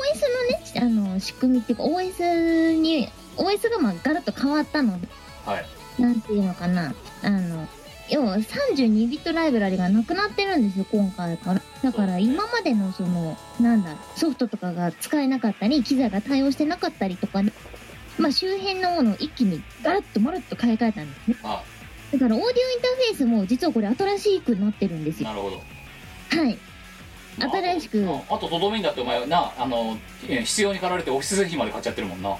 S5: あの仕組みっていうか OS に OS がまあガラッと変わったので
S4: はい
S5: なんていうのかなあの要は32ビットライブラリがなくなってるんですよ今回からだから今までのそのなんだソフトとかが使えなかったり機材が対応してなかったりとかねまあ周辺のものを一気にガラッとまるっと買い替えたんですね
S4: あ
S5: だからオーディオインターフェースも実はこれ新しくなってるんですよ
S4: なるほど
S5: はい 新しく
S4: ああととどめにだってお前なあのえ必要に駆られてオフィス製品まで買っちゃってるもんな
S5: あ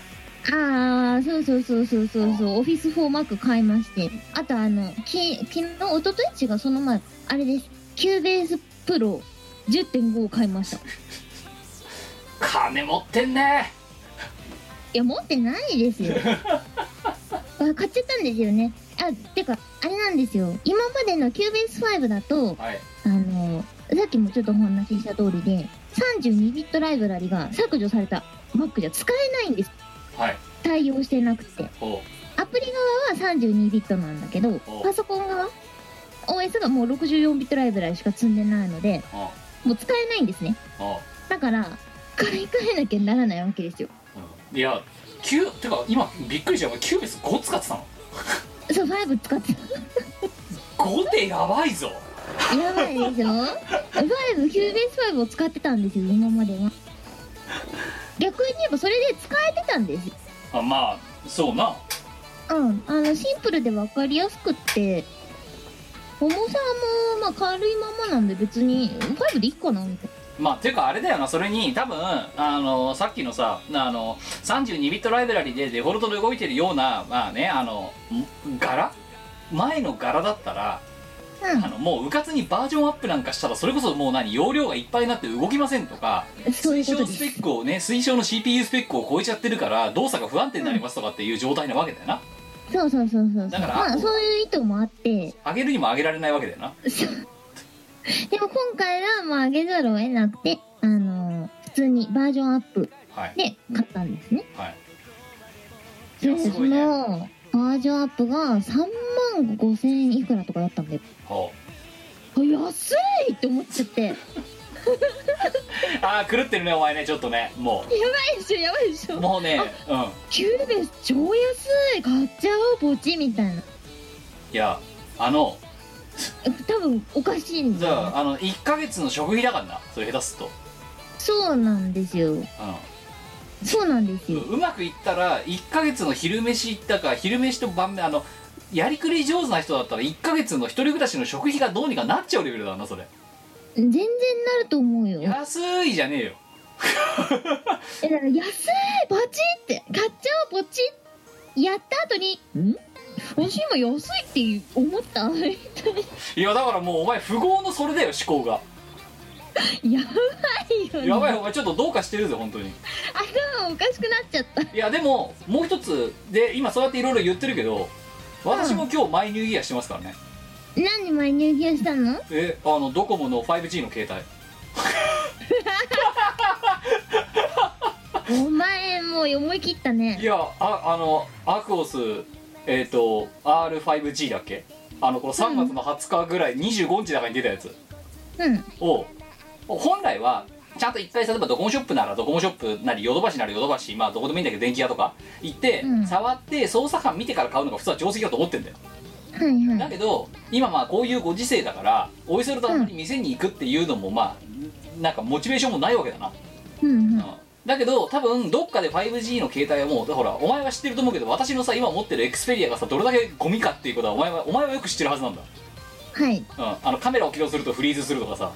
S5: あそうそうそうそうそうそうオフィスフォーマック買いましてあとあのき昨日一昨日違うその前あれですキューベースプロ10.5を買いましたい
S4: 金持ってんね
S5: や持ってないですよあ買っちゃったんですよねあてかあれなんですよ今までのキューベース5だと
S4: はい
S5: あのさっきもちょっとお話しした通りで32ビットライブラリが削除された Mac じゃ使えないんです
S4: はい
S5: 対応してなくて
S4: おう
S5: アプリ側は32ビットなんだけど
S4: お
S5: パソコン側 OS がもう64ビットライブラリしか積んでないので
S4: おう
S5: もう使えないんですね
S4: おう
S5: だから買い替えなきゃならないわけですよ
S4: うんいや9てか今びっくりしたよキューベス5使ってたの
S5: そう5使って
S4: 5ってやばいぞ
S5: た やばいでしょ5キューベース5を使ってたんですよ今までは逆に言えばそれで使えてたんですよ
S4: あまあそうな
S5: うんあのシンプルで分かりやすくって重さもまあ軽いままなんで別に5でいいかなみたいな
S4: まあていうかあれだよなそれに多分あのさっきのさあの32ビットライブラリでデフォルトで動いてるようなまあねあのん柄前の柄だったら
S5: うん
S4: あのもううかつにバージョンアップなんかしたらそれこそもう何容量がいっぱいになって動きませんとか
S5: そうい
S4: 推
S5: うこ
S4: 奨
S5: と
S4: ス
S5: で
S4: ペッ
S5: す。
S4: クをね推奨の CPU スペックを超えちゃってるから動作が不安定になりますとかっていう状態なわけだよな
S5: そうそうそうそう。
S4: だから
S5: まあそういう意図もあって、
S4: 上げるにも上げられないわけだよな
S5: でも今回はまあ上げざるを得なくて、あのー普通にバージョンアップ
S4: はい
S5: で買ったんですね。
S4: はいい
S5: で、
S4: やす
S5: そ
S4: ごいね
S5: のバージョンアップが3万5千いくらとかだったんで、
S4: ほ
S5: 安いって思っ ちゃってや
S4: ああ狂ってるねお前ねちょっとねも
S5: ばいでしょやばいでし
S4: う
S5: ょ
S4: もうねうん
S5: 9ベース超安い買っちゃおうポチみたいない
S4: やあの
S5: 多分おかしいん
S4: じ
S5: だ
S4: ゃ
S5: よ
S4: ああの1ヶ月の食費だからなそれ下手すっと、
S5: そうなんですよそうなんです
S4: うん
S5: よ
S4: うまくいったら1ヶ月の昼飯行ったか昼飯と晩飯あのやりくり上手な人だったら1ヶ月の一人暮らしの食費がどうにかなっちゃうレベルだなそれ
S5: 全然なると思うよえだか
S4: 安いじゃねえよ
S5: ら安いポチって買っちゃおうポチやった後に「ん私今安いって思った?」 みたい
S4: いやだからもうお前富豪のそれだよ思考が
S5: なやばいよ、ね、
S4: やばいお前ちょっとどうかしてるぜ本当に
S5: 頭おかしくなっちゃった
S4: いやでももう一つで今そうやっていろいろ言ってるけど私も今日マイニューイヤーしてますからね
S5: 何で前入金した の
S4: えあのドコモの 5G の携帯
S5: お前もう思い切った
S4: い
S5: ね
S4: やああのアクオスえっ、と R5G だっけあのこの3月の20日ぐらい、25日だかに出たやつ
S5: うん
S4: を本来はちゃんと一回例えばドコモショップならドコモショップなりヨドバシならヨドバシまあどこでもいいんだけど電気屋とか行って、
S5: うん
S4: 触って操作感見てから買うのが普通は定石だと思ってんだよ
S5: はいは
S4: だ
S5: い
S4: けど今まあこういうご時世だからおいそれとあんまり店に行くっていうのもまあなんかモチベーションもないわけだな
S5: うんうん
S4: だけど多分どっかで 5G の携帯はもうほらお前は知ってると思うけど私のさ今持ってるエクスペリアがさどれだけゴミかっていうことはお前はお前はよく知ってるはずなんだ、
S5: はい
S4: うん、あのカメラを起動するとフリーズするとか さ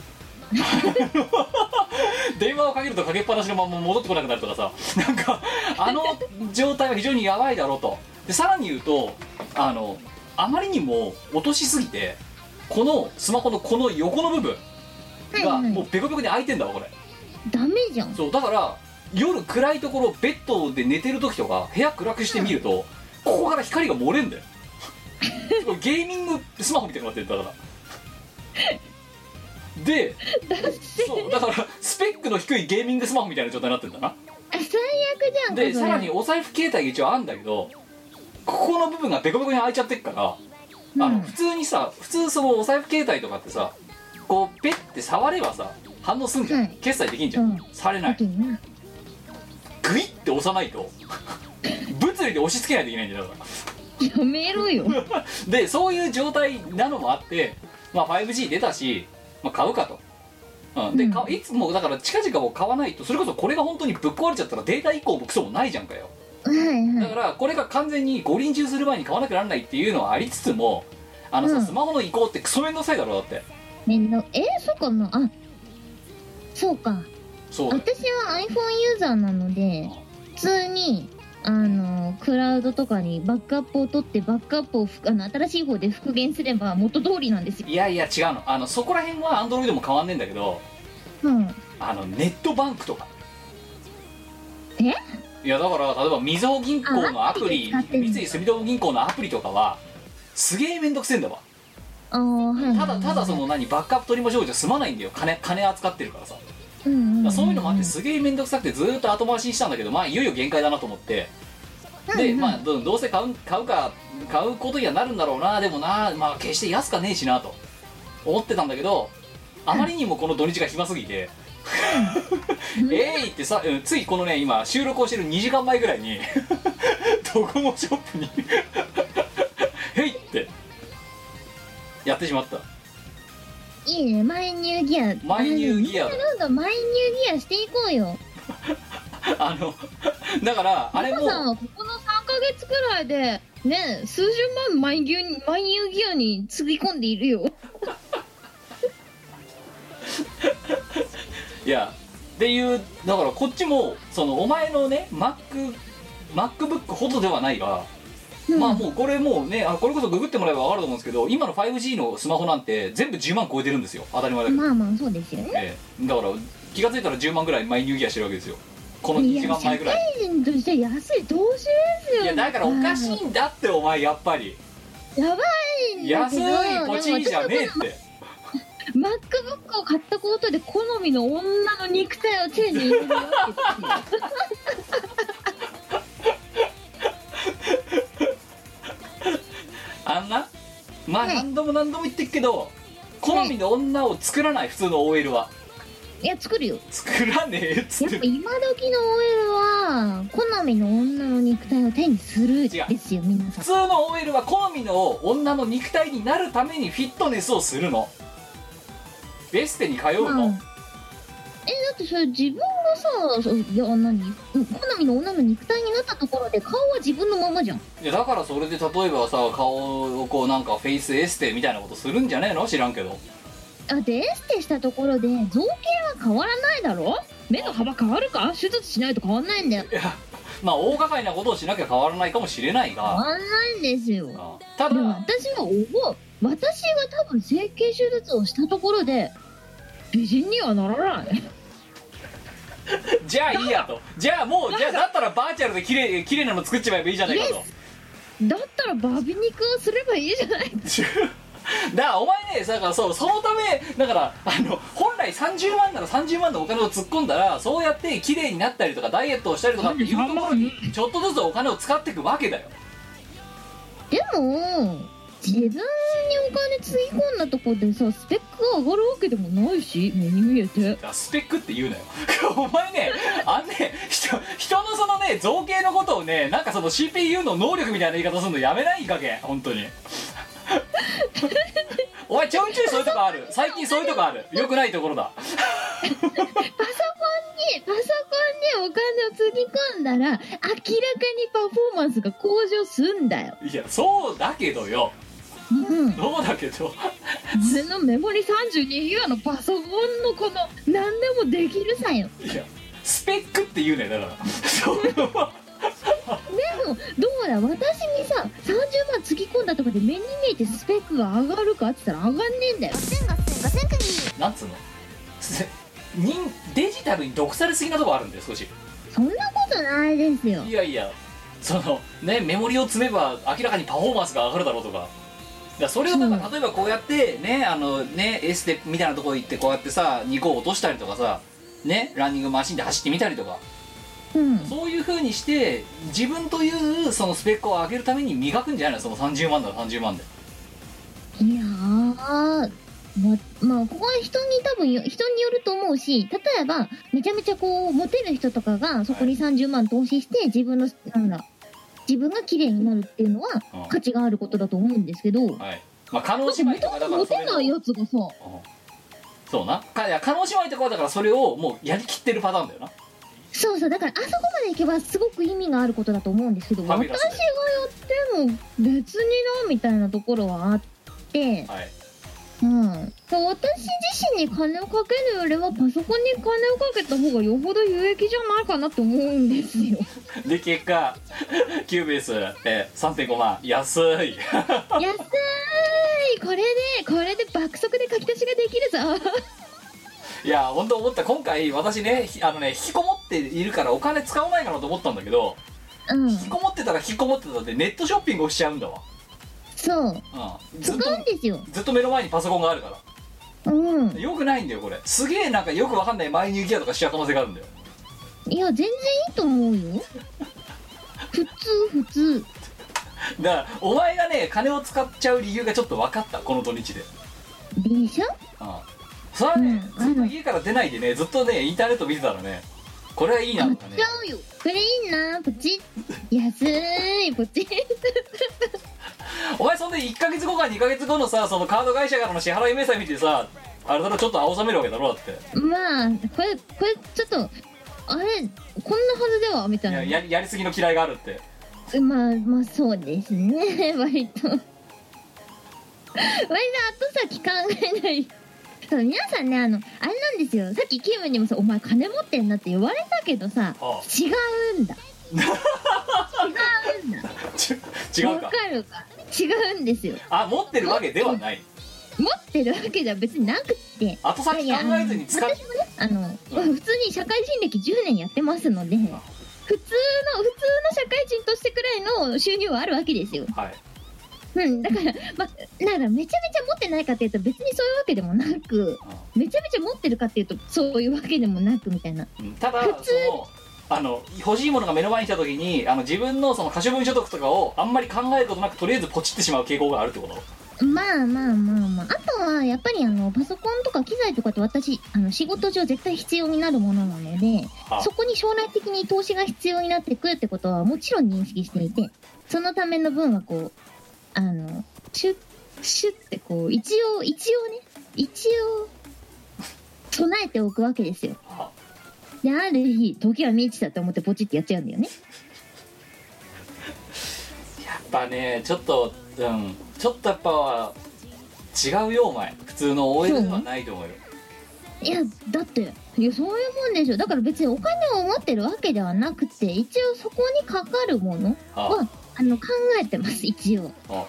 S4: 電話をかけるとかけっぱなしのまま戻ってこなくなるとかさなんかあの状態は非常にやばいだろうとでさらに言うとあのあまりにも落としすぎてこのスマホのこの横の部分
S5: はい
S4: が
S5: は
S4: もう
S5: い
S4: ベコベコに開いてんだわこれ
S5: ダメじゃ ん
S4: そうだから夜暗いところベッドで寝てる時とか部屋暗くしてみると、ここから光が漏れんだよゲーミングスマホみたいになってるんだからでそうだからスペックの低いゲーミングスマホみたいな状態になってるんだな
S5: あ最悪じゃん
S4: で
S5: これ
S4: さらにお財布携帯が一応あんだけどここの部分がベコベコに開いちゃってっから、あ
S5: う
S4: の
S5: ん
S4: 普通にさ普通そのお財布携帯とかってさこうペッて触ればさ反応すんじゃん、
S5: はい
S4: 決済できんじゃん、
S5: うん
S4: されない
S5: だけどな
S4: グイッて押さないと物理で押し付けないといけないんだよだか
S5: やめ ろよ
S4: らでそういう状態なのもあって、まあ、5G 出たし、まあ、買うかと、うん、で、
S5: うん
S4: かいつもだから近々も買わないとそれこそこれが本当にぶっ壊れちゃったらデータ以降もクソもないじゃんかよ
S5: はいは
S4: だ
S5: い
S4: からこれが完全に五輪中する前に買わなくならないっていうのはありつつもあのさ、
S5: うん
S4: スマホの移行ってクソ面倒くさいだろだって
S5: めんどえそうかなあそうか
S4: そうだよ
S5: 私は iPhone ユーザーなので普通にあのクラウドとかにバックアップを取ってバックアップをふあの新しい方で復元すれば元通りなんですよ、
S4: いやいや違うのあのそこら辺はアンドロイドも変わんねえんだけど
S5: うん、
S4: あのネットバンクとか
S5: え
S4: いやだから例えばみずほ銀行のアプリ
S5: あアプ
S4: 三
S5: リで使ってんの
S4: 井住友銀行のアプリとかはすげえめんどくせえんだわ
S5: あーはいはい
S4: ただただそ
S5: の、
S4: の何バックアップ取りましょうじゃ済まないんだよ金金扱ってるからさだか
S5: うんうんん
S4: らそういうのもあってすげえめんどくさくてずーっと後回しにしたんだけどまあいよいよ限界だなと思って
S5: うん
S4: で
S5: うん
S4: まあどどうせ買う買うか買うことにはなるんだろうなでもなまあ決して安かねえしなと思ってたんだけどあまりにもこの土日が暇すぎて
S5: うん
S4: えいってさ、うんついこのね今収録をしてる2時間前ぐらいに ドコモショップに へいってやってしまった
S5: いいねマイニューギア
S4: マイニューギア
S5: あでもみんなどんどんマイニューギアしていこうよ
S4: あのだからあれ
S5: 皆
S4: も
S5: さんはここの3ヶ月くらいでね数十万マイニューマイニューギアにつぎ込んでいる よ
S4: いやっていうだからこっちもそのお前のね Mac MacBook ほどではないが、まあもうこれもうねあこれこそググってもらえば分かると思うんですけど今の 5G のスマホなんて全部10万超えてるんですよ当たり前だけど
S5: まあまあそうですよね
S4: ええだから気が付いたら10万ぐらいマイニューギアしてるわけですよこの2時間前ぐらい
S5: いや社会人として安いどうしようですよ
S4: いやだからおかしいんだってお前やっぱり
S5: やばいんだ
S4: 安
S5: け
S4: い
S5: ど
S4: ポチンじゃねえって
S5: でも私はこの MacBook を買ったことで好みの女の肉体を手に入れるわけ
S4: あんなまあ
S5: はい
S4: 何度も何度も言ってっけど、好みの女を作らない普通の OL はい
S5: や作るよ
S4: 作らねえっつ
S5: や
S4: っ
S5: ってぱ今時の OL は好みの女の肉体を手にするですよ皆
S4: 普
S5: さん
S4: 通の OL は好みの女の肉体になるためにフィットネスをするのエステに通う
S5: まあ
S4: の、
S5: えだってそれ自分がさそういや何うん好みの女の肉体になったところで顔は自分のままじゃん
S4: いやだからそれで例えばさ顔をこうなんかフェイスエステみたいなことするんじゃねえの知らんけど
S5: あでエステしたところで造形は変わらないだろ目の幅変わるか手術しないと変わんないんだよ
S4: いやまあ大掛かりなことをしなきゃ変わらないかもしれない
S5: 変
S4: が
S5: わんないんですよ
S4: うんた
S5: でも
S4: だ
S5: 私は思う私が多分整形手術をしたところで美人にはならない
S4: じゃあいいやとじゃあもうじゃあだったらバーチャルで綺麗綺麗なの作っちまえばいいじゃないかと
S5: だったらバビ肉をすればいいじゃない
S4: だからお前ねだからそうそのためだからあの本来30万なら30万のお金を突っ込んだらそうやって綺麗になったりとかダイエットをしたりとかっていうところにちょっとずつお金を使っていくわけだよ
S5: でも自分にお金つぎ込んだところでさスペックが上がるわけでもないし目に見えて
S4: あスペックって言うなよ お前ねあんね人人のそのね造形のことをねなんかその CPU の能力みたいな言い方するのやめないいい加減本当に お前ちょいちょいそういうとこある最近そういうとこあるよくないところだ
S5: パソコンにパソコンにお金をつぎ込んだら明らかにパフォーマンスが向上すんだよ
S4: いやそうだけどよ
S5: うん
S4: そうだけど
S5: 俺のメモリ32ギガのパソコンのこの何でもできるさよ
S4: いやスペックって言うねだからそう
S5: でもどうやら私にさ30万つぎ込んだとかで目に見えてスペックが上がるかって言ったら上がんねえんだよ
S1: ガセンガセンガセンクニー
S4: なんつうのす人デジタルに毒されすぎなとこあるんだよ少し
S5: そんなことないですよ
S4: いやいやそのねメモリを詰めば明らかにパフォーマンスが上がるだろうとかだからそれをなんか例えばこうやってねあのねエステみたいなとこ行ってこうやってさ肉を落としたりとかさねランニングマシンで走ってみたりとか
S5: うん
S4: そういう風にして自分というそのスペックを上げるために磨くんじゃないのその30万なら30万で
S5: いやーままあここは人に多分よ人によると思うし例えばめちゃめちゃこうモテる人とかがそこに30万投資して自分のなんだ自分が綺麗になるっていうのは
S4: うん
S5: 価値があることだと思うんですけど
S4: はいまあ加納
S5: も
S4: 姉
S5: しも
S4: 妹
S5: と
S4: と
S5: も
S4: かだ
S5: と
S4: か
S5: モ
S4: らそ
S5: テ
S4: れ
S5: ない
S4: を
S5: やつがさ
S4: そうなかいや加納姉妹とかはだからそれをもうやりきってるパターンだよな
S5: そうそうだからあそこまで行けばすごく意味があることだと思うんですけど
S4: フ
S5: 私
S4: ァ
S5: が
S4: ミ
S5: や
S4: ラスで
S5: っても別になみたいなところはあって、
S4: はい
S5: うん、私自身に金をかけるよりはパソコンに金をかけた方がよほど有益じゃないかなって思うんです よ
S4: で結果 キューベース、えー、3.5万安い
S5: 安いこれでこれで爆速で書き出しができるぞ
S4: いや本当思った今回私ねひあのね引きこもっているからお金使わないかなと思ったんだけど
S5: うん
S4: 引きこもってたら引きこもってたでネットショッピングをしちゃうんだわ、
S5: そう
S4: うん、
S5: 使
S4: ず
S5: う
S4: っ
S5: ん
S4: と
S5: ですよ
S4: ずっと目の前にパソコンがあるか
S5: うん
S4: らよくないんだよこれすげえなんかよくわかんないマイニューギアとかしちゃう可能性があるんだよ
S5: いや全然いいと思うよ普通普通
S4: だからお前がね金を使っちゃう理由がちょっと分かったこの土日で
S5: でしょ
S4: うんそれはね、
S5: うん
S4: ずっと家から出ないでねずっとねインターネット見てたらねこれはいいなとか
S5: 買っ
S4: ね
S5: ちゃうよこれいいなポチッ安いポ チッ
S4: お前そんで1ヶ月後か2ヶ月後のさそのカード会社からの支払い明細見てさあれだろちょっと青めるわけだろだって
S5: まあこれこれちょっとあれこんなはずではみた
S4: いや
S5: い
S4: やりやりすぎの嫌いがあるって
S5: なまあまあそうですね 割と割と後先考えないそう皆さんねあのあれなんですよさっきキムにもさ「お前金持ってんな」って言われたけどさ
S4: ああ
S5: 違うんだ違うんだ
S4: ち 違う
S5: わ
S4: か
S5: かるか違うんですよ
S4: あ持ってるわけではない
S5: 持ってるわけじゃ別になくって
S4: 後先考えずに使っ
S5: 私もねあの、普通に社会人歴10年やってますので普通の普通の社会人としてくらいの収入はあるわけですよ、
S4: はい
S5: うん、だから、まあ、だからめちゃめちゃ持ってないかっていうと別にそういうわけでもなくめちゃめちゃ持ってるかっていうとそういうわけでもなくみたいな
S4: うんただ
S5: 普通
S4: そのあの欲しいものが目の前に来た時にあの自分のその可処分所得とかをあんまり考えることなくとりあえずポチってしまう傾向があるってこと
S5: まあまあまあまあ。あとは、やっぱりあの、パソコンとか機材とかって私、あの、仕事上絶対必要になるものなので、
S4: あ
S5: そこに将来的に投資が必要になってくるってことはもちろん認識していて、そのための分はこう、あの、シュッ、シュッってこう、一応、一応ね、一応、備えておくわけですよ。
S4: あ
S5: で、ある日、時は満ちたと思ってポチってやっちゃうんだよね。
S4: やっぱねちょっとうんちょっとやっぱ違うよお前普通の OL ではないと思うよ
S5: いや、だって、いや、そういうもんでしょ。だから別にお金を持ってるわけではなくて、一応そこにかかるもの
S4: あ
S5: は、あの、考えてます、一応。考
S4: あ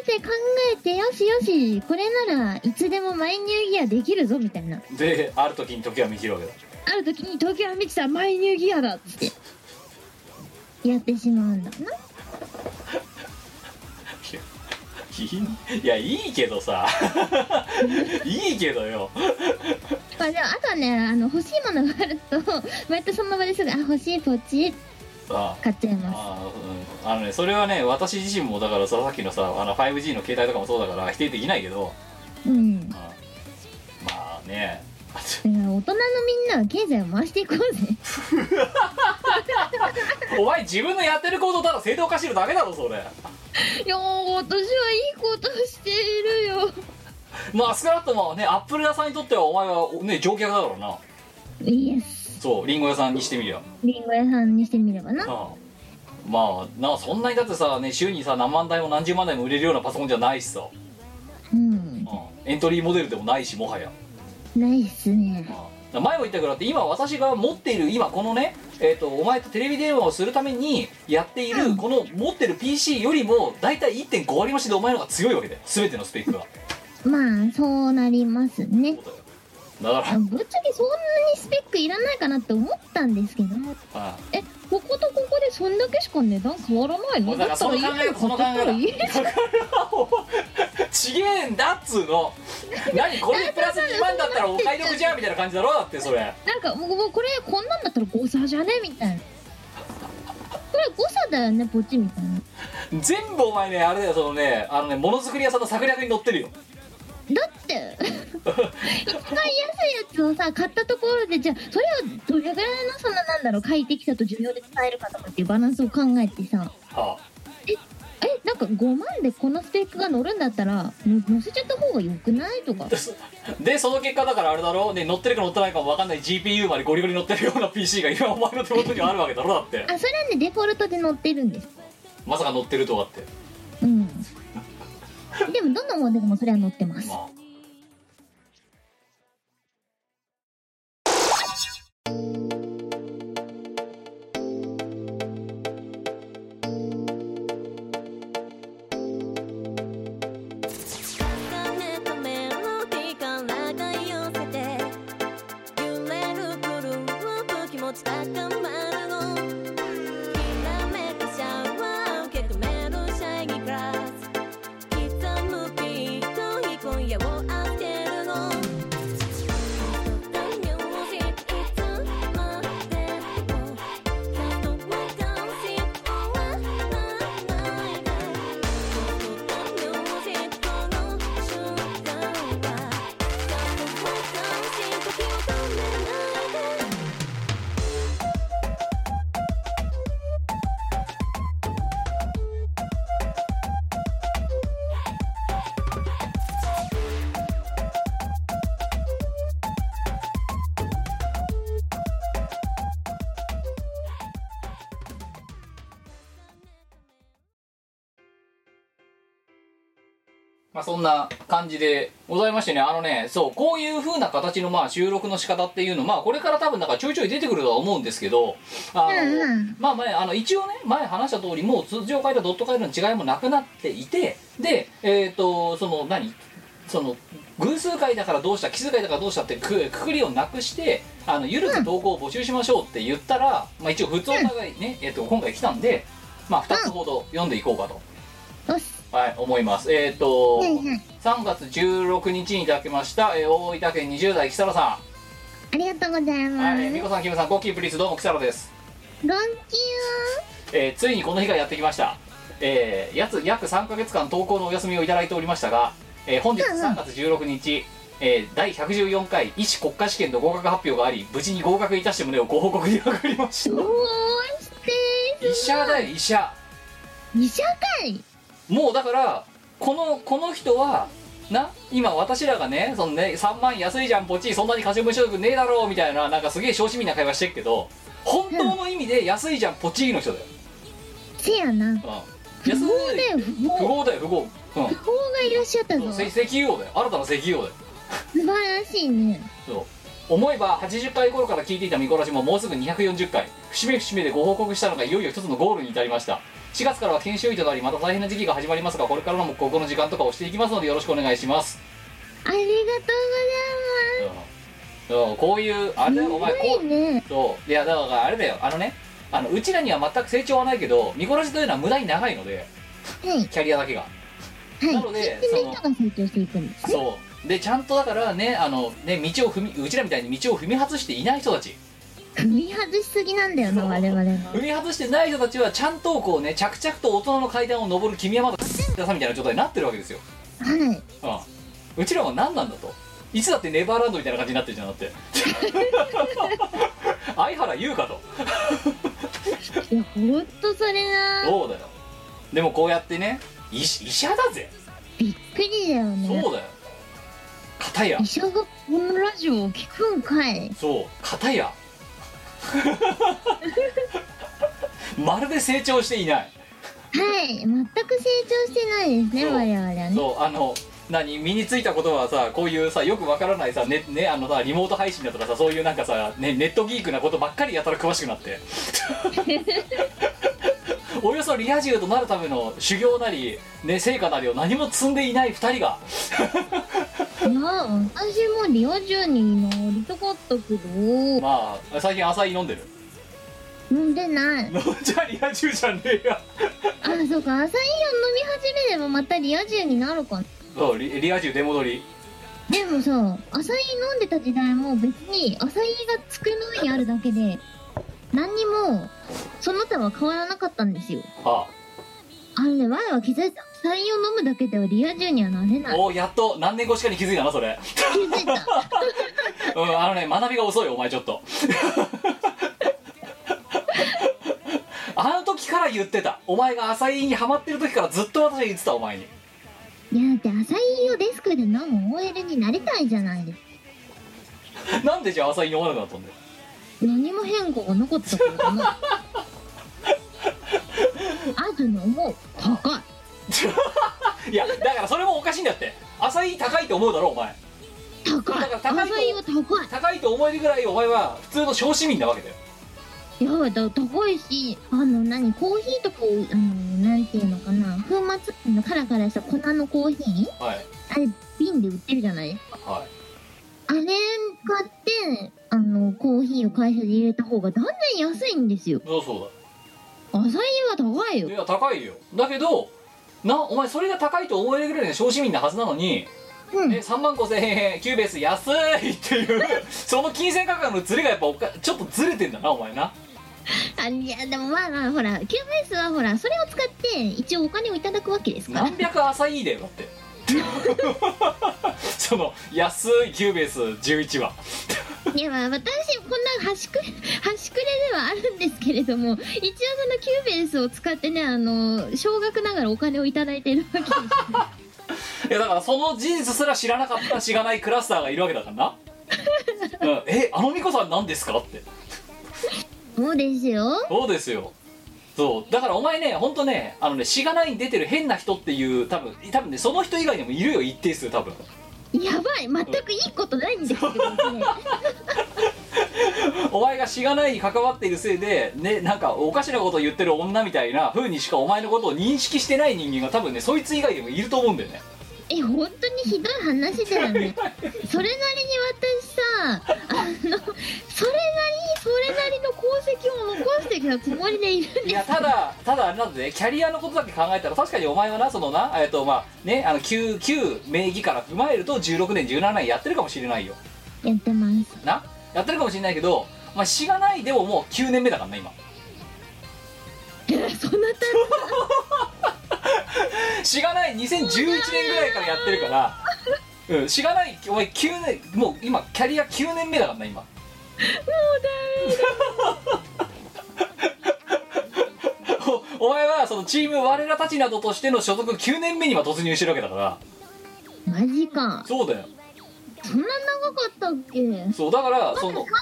S5: えて考えて、よしよし、これならいつでもマイニューギアできるぞ、みたいな。
S4: である時に時は見切るわけだ
S5: ある時に東京はみちさんマイニューギアだっつって、やってしまうんだな。
S4: いいいやいいけどさいいけどよ
S5: まあでも、あとはね、あの、欲しいものがあると、 割とその場ですぐ、あ、欲しい、ポチ、
S4: あ
S5: 買っちゃいます。
S4: あうんあのねそれはね私自身もだからささっきのさあの 5G の携帯とかもそうだから否定できないけど、
S5: うん。だ
S4: うん
S5: か
S4: まあね
S5: ら大人のみんなは経済を回していこうぜ。
S4: お前自分のやってる行動ただ正当化してるだけだろそれ
S5: いやー私はいいことしているよ
S4: まあ少なくともねアップル屋さんにとってはお前はね乗客だろうな
S5: イエス
S4: そうリンゴ屋さんにしてみりゃ
S5: リンゴ屋さんにしてみればな
S4: うんまあなそんなにだってさ、ね、週にさ何万台も何十万台も売れるようなパソコンじゃないしさ、
S5: うん
S4: うんエントリーモデルでもないしもはや、
S5: ないっすね
S4: うん前も言ったけどだって今私が持っている今このね、えー、とお前とテレビ電話をするためにやっているこの持ってる PC よりも大体1.5割増しでお前の方が強いわけだよ全てのスペックが
S5: まあそうなりますね
S4: だか
S5: あぶっちゃけそんなにスペックいらないかなって思ったんですけど
S4: ら、うん
S5: えこことここでそんだけしか値段変わらない
S4: も
S5: の
S4: うだからその考えがこの考えだ
S5: いい
S4: ちげえんだっつうの何これでプラス2万だったらお買い得じゃんみたいな感じだろだってそれ
S5: なんかもうもうこれこんなんだったら誤差じゃねみたいなこれ誤差だよねポチみたいな
S4: 全部お前ねあれだよそのねあのねものづくり屋さんの策略に乗ってるよ
S5: だって一番安いやつをさ買ったところでじゃあそれをどれぐらいのそのなんだろう快適さと需要で使えるかとかっていうバランスを考えてさ
S4: は
S5: えなんか5万でこのスペックが乗るんだったらの乗せちゃった方が良くないとか
S4: あでその結果だからあれだろね乗ってるか乗ってないかも分かんない GPU までゴリゴリ乗ってるような PC が今お前の手元にはあるわけだろだって
S5: あそれはねデフォルトで乗ってるんです
S4: まさか乗ってるとはって
S5: うんでもどのモデルもそれは乗ってます
S4: ま
S6: 「かねたメロディーからが寄せて」「揺れるグループ気持ち高まるの」「きらめくシャワー受け止めるシャイニーグラス」「刻むビートに今夜を当てるの」「The music is my demo」「I don't want to see it all night long」
S4: まあそんな感じでございましてねあのねそうこういう風な形のまあ収録の仕方っていうのまあこれから多分なんかちょいちょい出てくるとは思うんですけどあの、
S5: うんうん
S4: まあ前あの一応ね前話した通りもう通常回とドット回路の違いもなくなっていてでえっ、とその何その偶数回だからどうした奇数回だからどうしたってくくくりをなくしてあのゆるく投稿を募集しましょうって言ったら、まあ一応普通お互いね、えっと今回来たんでまあ2つほど読んでいこうかと、
S5: よし
S4: はい思いますえっ、と、
S5: はいはい
S4: 3月16日にいただきました、えー大分県20代木更さ
S5: ありがとうござい
S4: ん、
S5: ま
S4: はい、
S5: す
S4: えー美子さんキムさんコッキープリーズどうも木更です
S5: ロンキ
S4: えーついにこの日がやってきました、えーやつ約3ヶ月間投稿のお休みをいただいておりましたが、えー本日
S5: うんうん
S4: 3月16日、えー第114回医師国家試験の合格発表があり無事に合格いたして旨をご報告に上がりまし
S5: ど
S4: た
S5: うして
S4: 医者だよ医者
S5: 医者かい
S4: もうだからこのこの人はな今私らがねそのね3万安いじゃんポチそんなに過剰無所得ねえだろうみたいななんかすげえ小市民な会話してるけど本当の意味で安いじゃんポチの人だよ、
S5: せやな
S4: うん、
S5: 不
S4: 安
S5: 法だよ不
S4: 不
S5: 法
S4: 合だよ不合うん
S5: 不法がいらっしゃった
S4: そ
S5: ぞ
S4: う
S5: 素
S4: せ石油王だよ新たな石油王だよ
S5: 晴らしいね
S4: そう思えば80回頃から聞いていた見殺しももうすぐ240回節目節目でご報告したのがいよいよ一つのゴールに至りました4月からは研修医となりまた大変な時期が始まりますがこれからのもここの時間とかをしていきますのでよろしくお願いします、
S5: ありがとうございます
S4: うんそうこういうあれだよお前こ
S5: すごいね
S4: うそういやだからあれだよあのねあのうちらには全く成長はないけど見殺しというのは無駄に長いので
S5: はい
S4: キャリアだけが
S5: は
S4: ないので
S5: 知ってる人が成長していくんですね
S4: そうでちゃんとだからねあのね道を踏みうちらみたいに道を踏み外していない人たち
S5: 踏み外しすぎなんだよな
S4: そう
S5: 我々は
S4: 踏み外してない人たちはちゃんとこうね着々と大人の階段を上る君はまだださみたいな状態になってるわけですよ、
S5: はいう
S4: うん、うちらは何なんだといつだってネバーランドみたいな感じになってるじゃんだって 相原優香と
S5: いやほんとそれな
S4: そうだよでもこうやってね医医者だぜ
S5: びっくりだよ
S4: そう
S5: ね
S4: だよ片や
S5: 医者がこのラジオを聞くんかい
S4: そう片や まるで成長していない
S5: はい全く成長してないですね
S4: そう
S5: 我々はね
S4: そうあの何身についたことはさこういうさよくわからないさねねあのさリモート配信だとかさそういうなんかさ、ね、ネットギークなことばっかりやたら詳しくなって およそリア充となるための修行なり、ね、成果なりを何も積んでいない2人が
S5: まあ私もリオジュニーのりたかったけど
S4: まあ最近浅い飲んでる
S5: 飲んでない
S4: じゃあリア充じゃねえや
S5: あそうか朝イオン飲み始めればまたリア充になるかな
S4: そうリリア充出戻り
S5: でもさ朝イ飲んでた時代も別に朝イが机の上にあるだけで何にもその他は変わらなかったんですよ
S4: あ
S5: あのね前は気づいた朝イを飲むだけではリア充にはなれない
S4: おやっと何年越しかに気づいたなそれ
S5: 気づいた
S4: うん、あのね学びが遅いよお前ちょ っとあの時から言ってたお前が浅井にハマってる時からずっと私は言ってたお前に
S5: いやだって朝イをデスクで飲む OL になりたいじゃないですか
S4: なんでじゃあ浅井に飲まなくなったんだよ
S5: 何も変化がなかったからか なあとの思う高 い
S4: いやだからそれもおかしいんだって浅井高いと思うだろお前
S5: 高い
S4: だから高いと
S5: 朝イは高い
S4: 高いと思えるぐらいお前は普通の小市民なわけだよ
S5: いやだ高いしあの何コーヒーとかをあのなんていうのかな粉末あのカラカラした粉のコーヒー
S4: はい
S5: あれ瓶で売ってるじゃない
S4: は
S5: あれ買ってあのコーヒーを会社で入れた方が断然安いんですよ
S4: いそうそう
S5: アサイは高い
S4: だ
S5: よ
S4: いや高いよだけどなお前それが高いと思えるぐらいの小市民なはずなのに
S5: うん
S4: え3万5000円キューベース安いっていう その金銭価格のズレがやっぱおかちょっとずれてんだなお前な
S5: あいやでもまあまあほらキューベースはほらそれを使って一応お金をいただくわけですから
S4: 何百浅いだよだって その安いキューベース11話
S5: いやまあ私こんな端くれ 端くれではあるんですけれども一応そのキューベースを使ってねあの少額ながらお金をいただいているわけです
S4: いやだからその事実すら知らなかった知らないクラスターがいるわけだからな、 うん、えあのミコさん何ですかって
S5: そうですよ
S4: そうですよそうだからお前ねほんとねあのねしがないに出てる変な人っていう多分多分ねその人以外にもいるよ一定数多分
S5: やばい全くいいことないんですけどね
S4: お前がしがないに関わっているせいで、ね、なんかおかしなことを言ってる女みたいな風にしかお前のことを認識してない人間が多分ねそいつ以外でもいると思うんだよね
S5: え本当にひどい話だよね それなりに私さあのそれなりにそれなりの功績を残してきたつもりでいるん
S4: い
S5: で
S4: やただただあれなんでねキャリアのことだけ考えたら確かにお前はなそのなえっとまあねあの旧旧名義から踏まえると16年17年やってるかもしれないよ
S5: すやってます
S4: なやってるかもしれないけどまあしがないでももう9年目だからな今
S5: そんなた
S4: しがない2011年ぐらいからやってるから、うん、しがないお前9年もう今キャリア9年目だからな今もうダメだ おお前はそのチーム我らたちなどとしての所属9年目には突入してるわけだから
S5: マジか
S4: そうだよ
S5: そんな長かったっけ3年
S4: そうだからその
S5: 前ぐら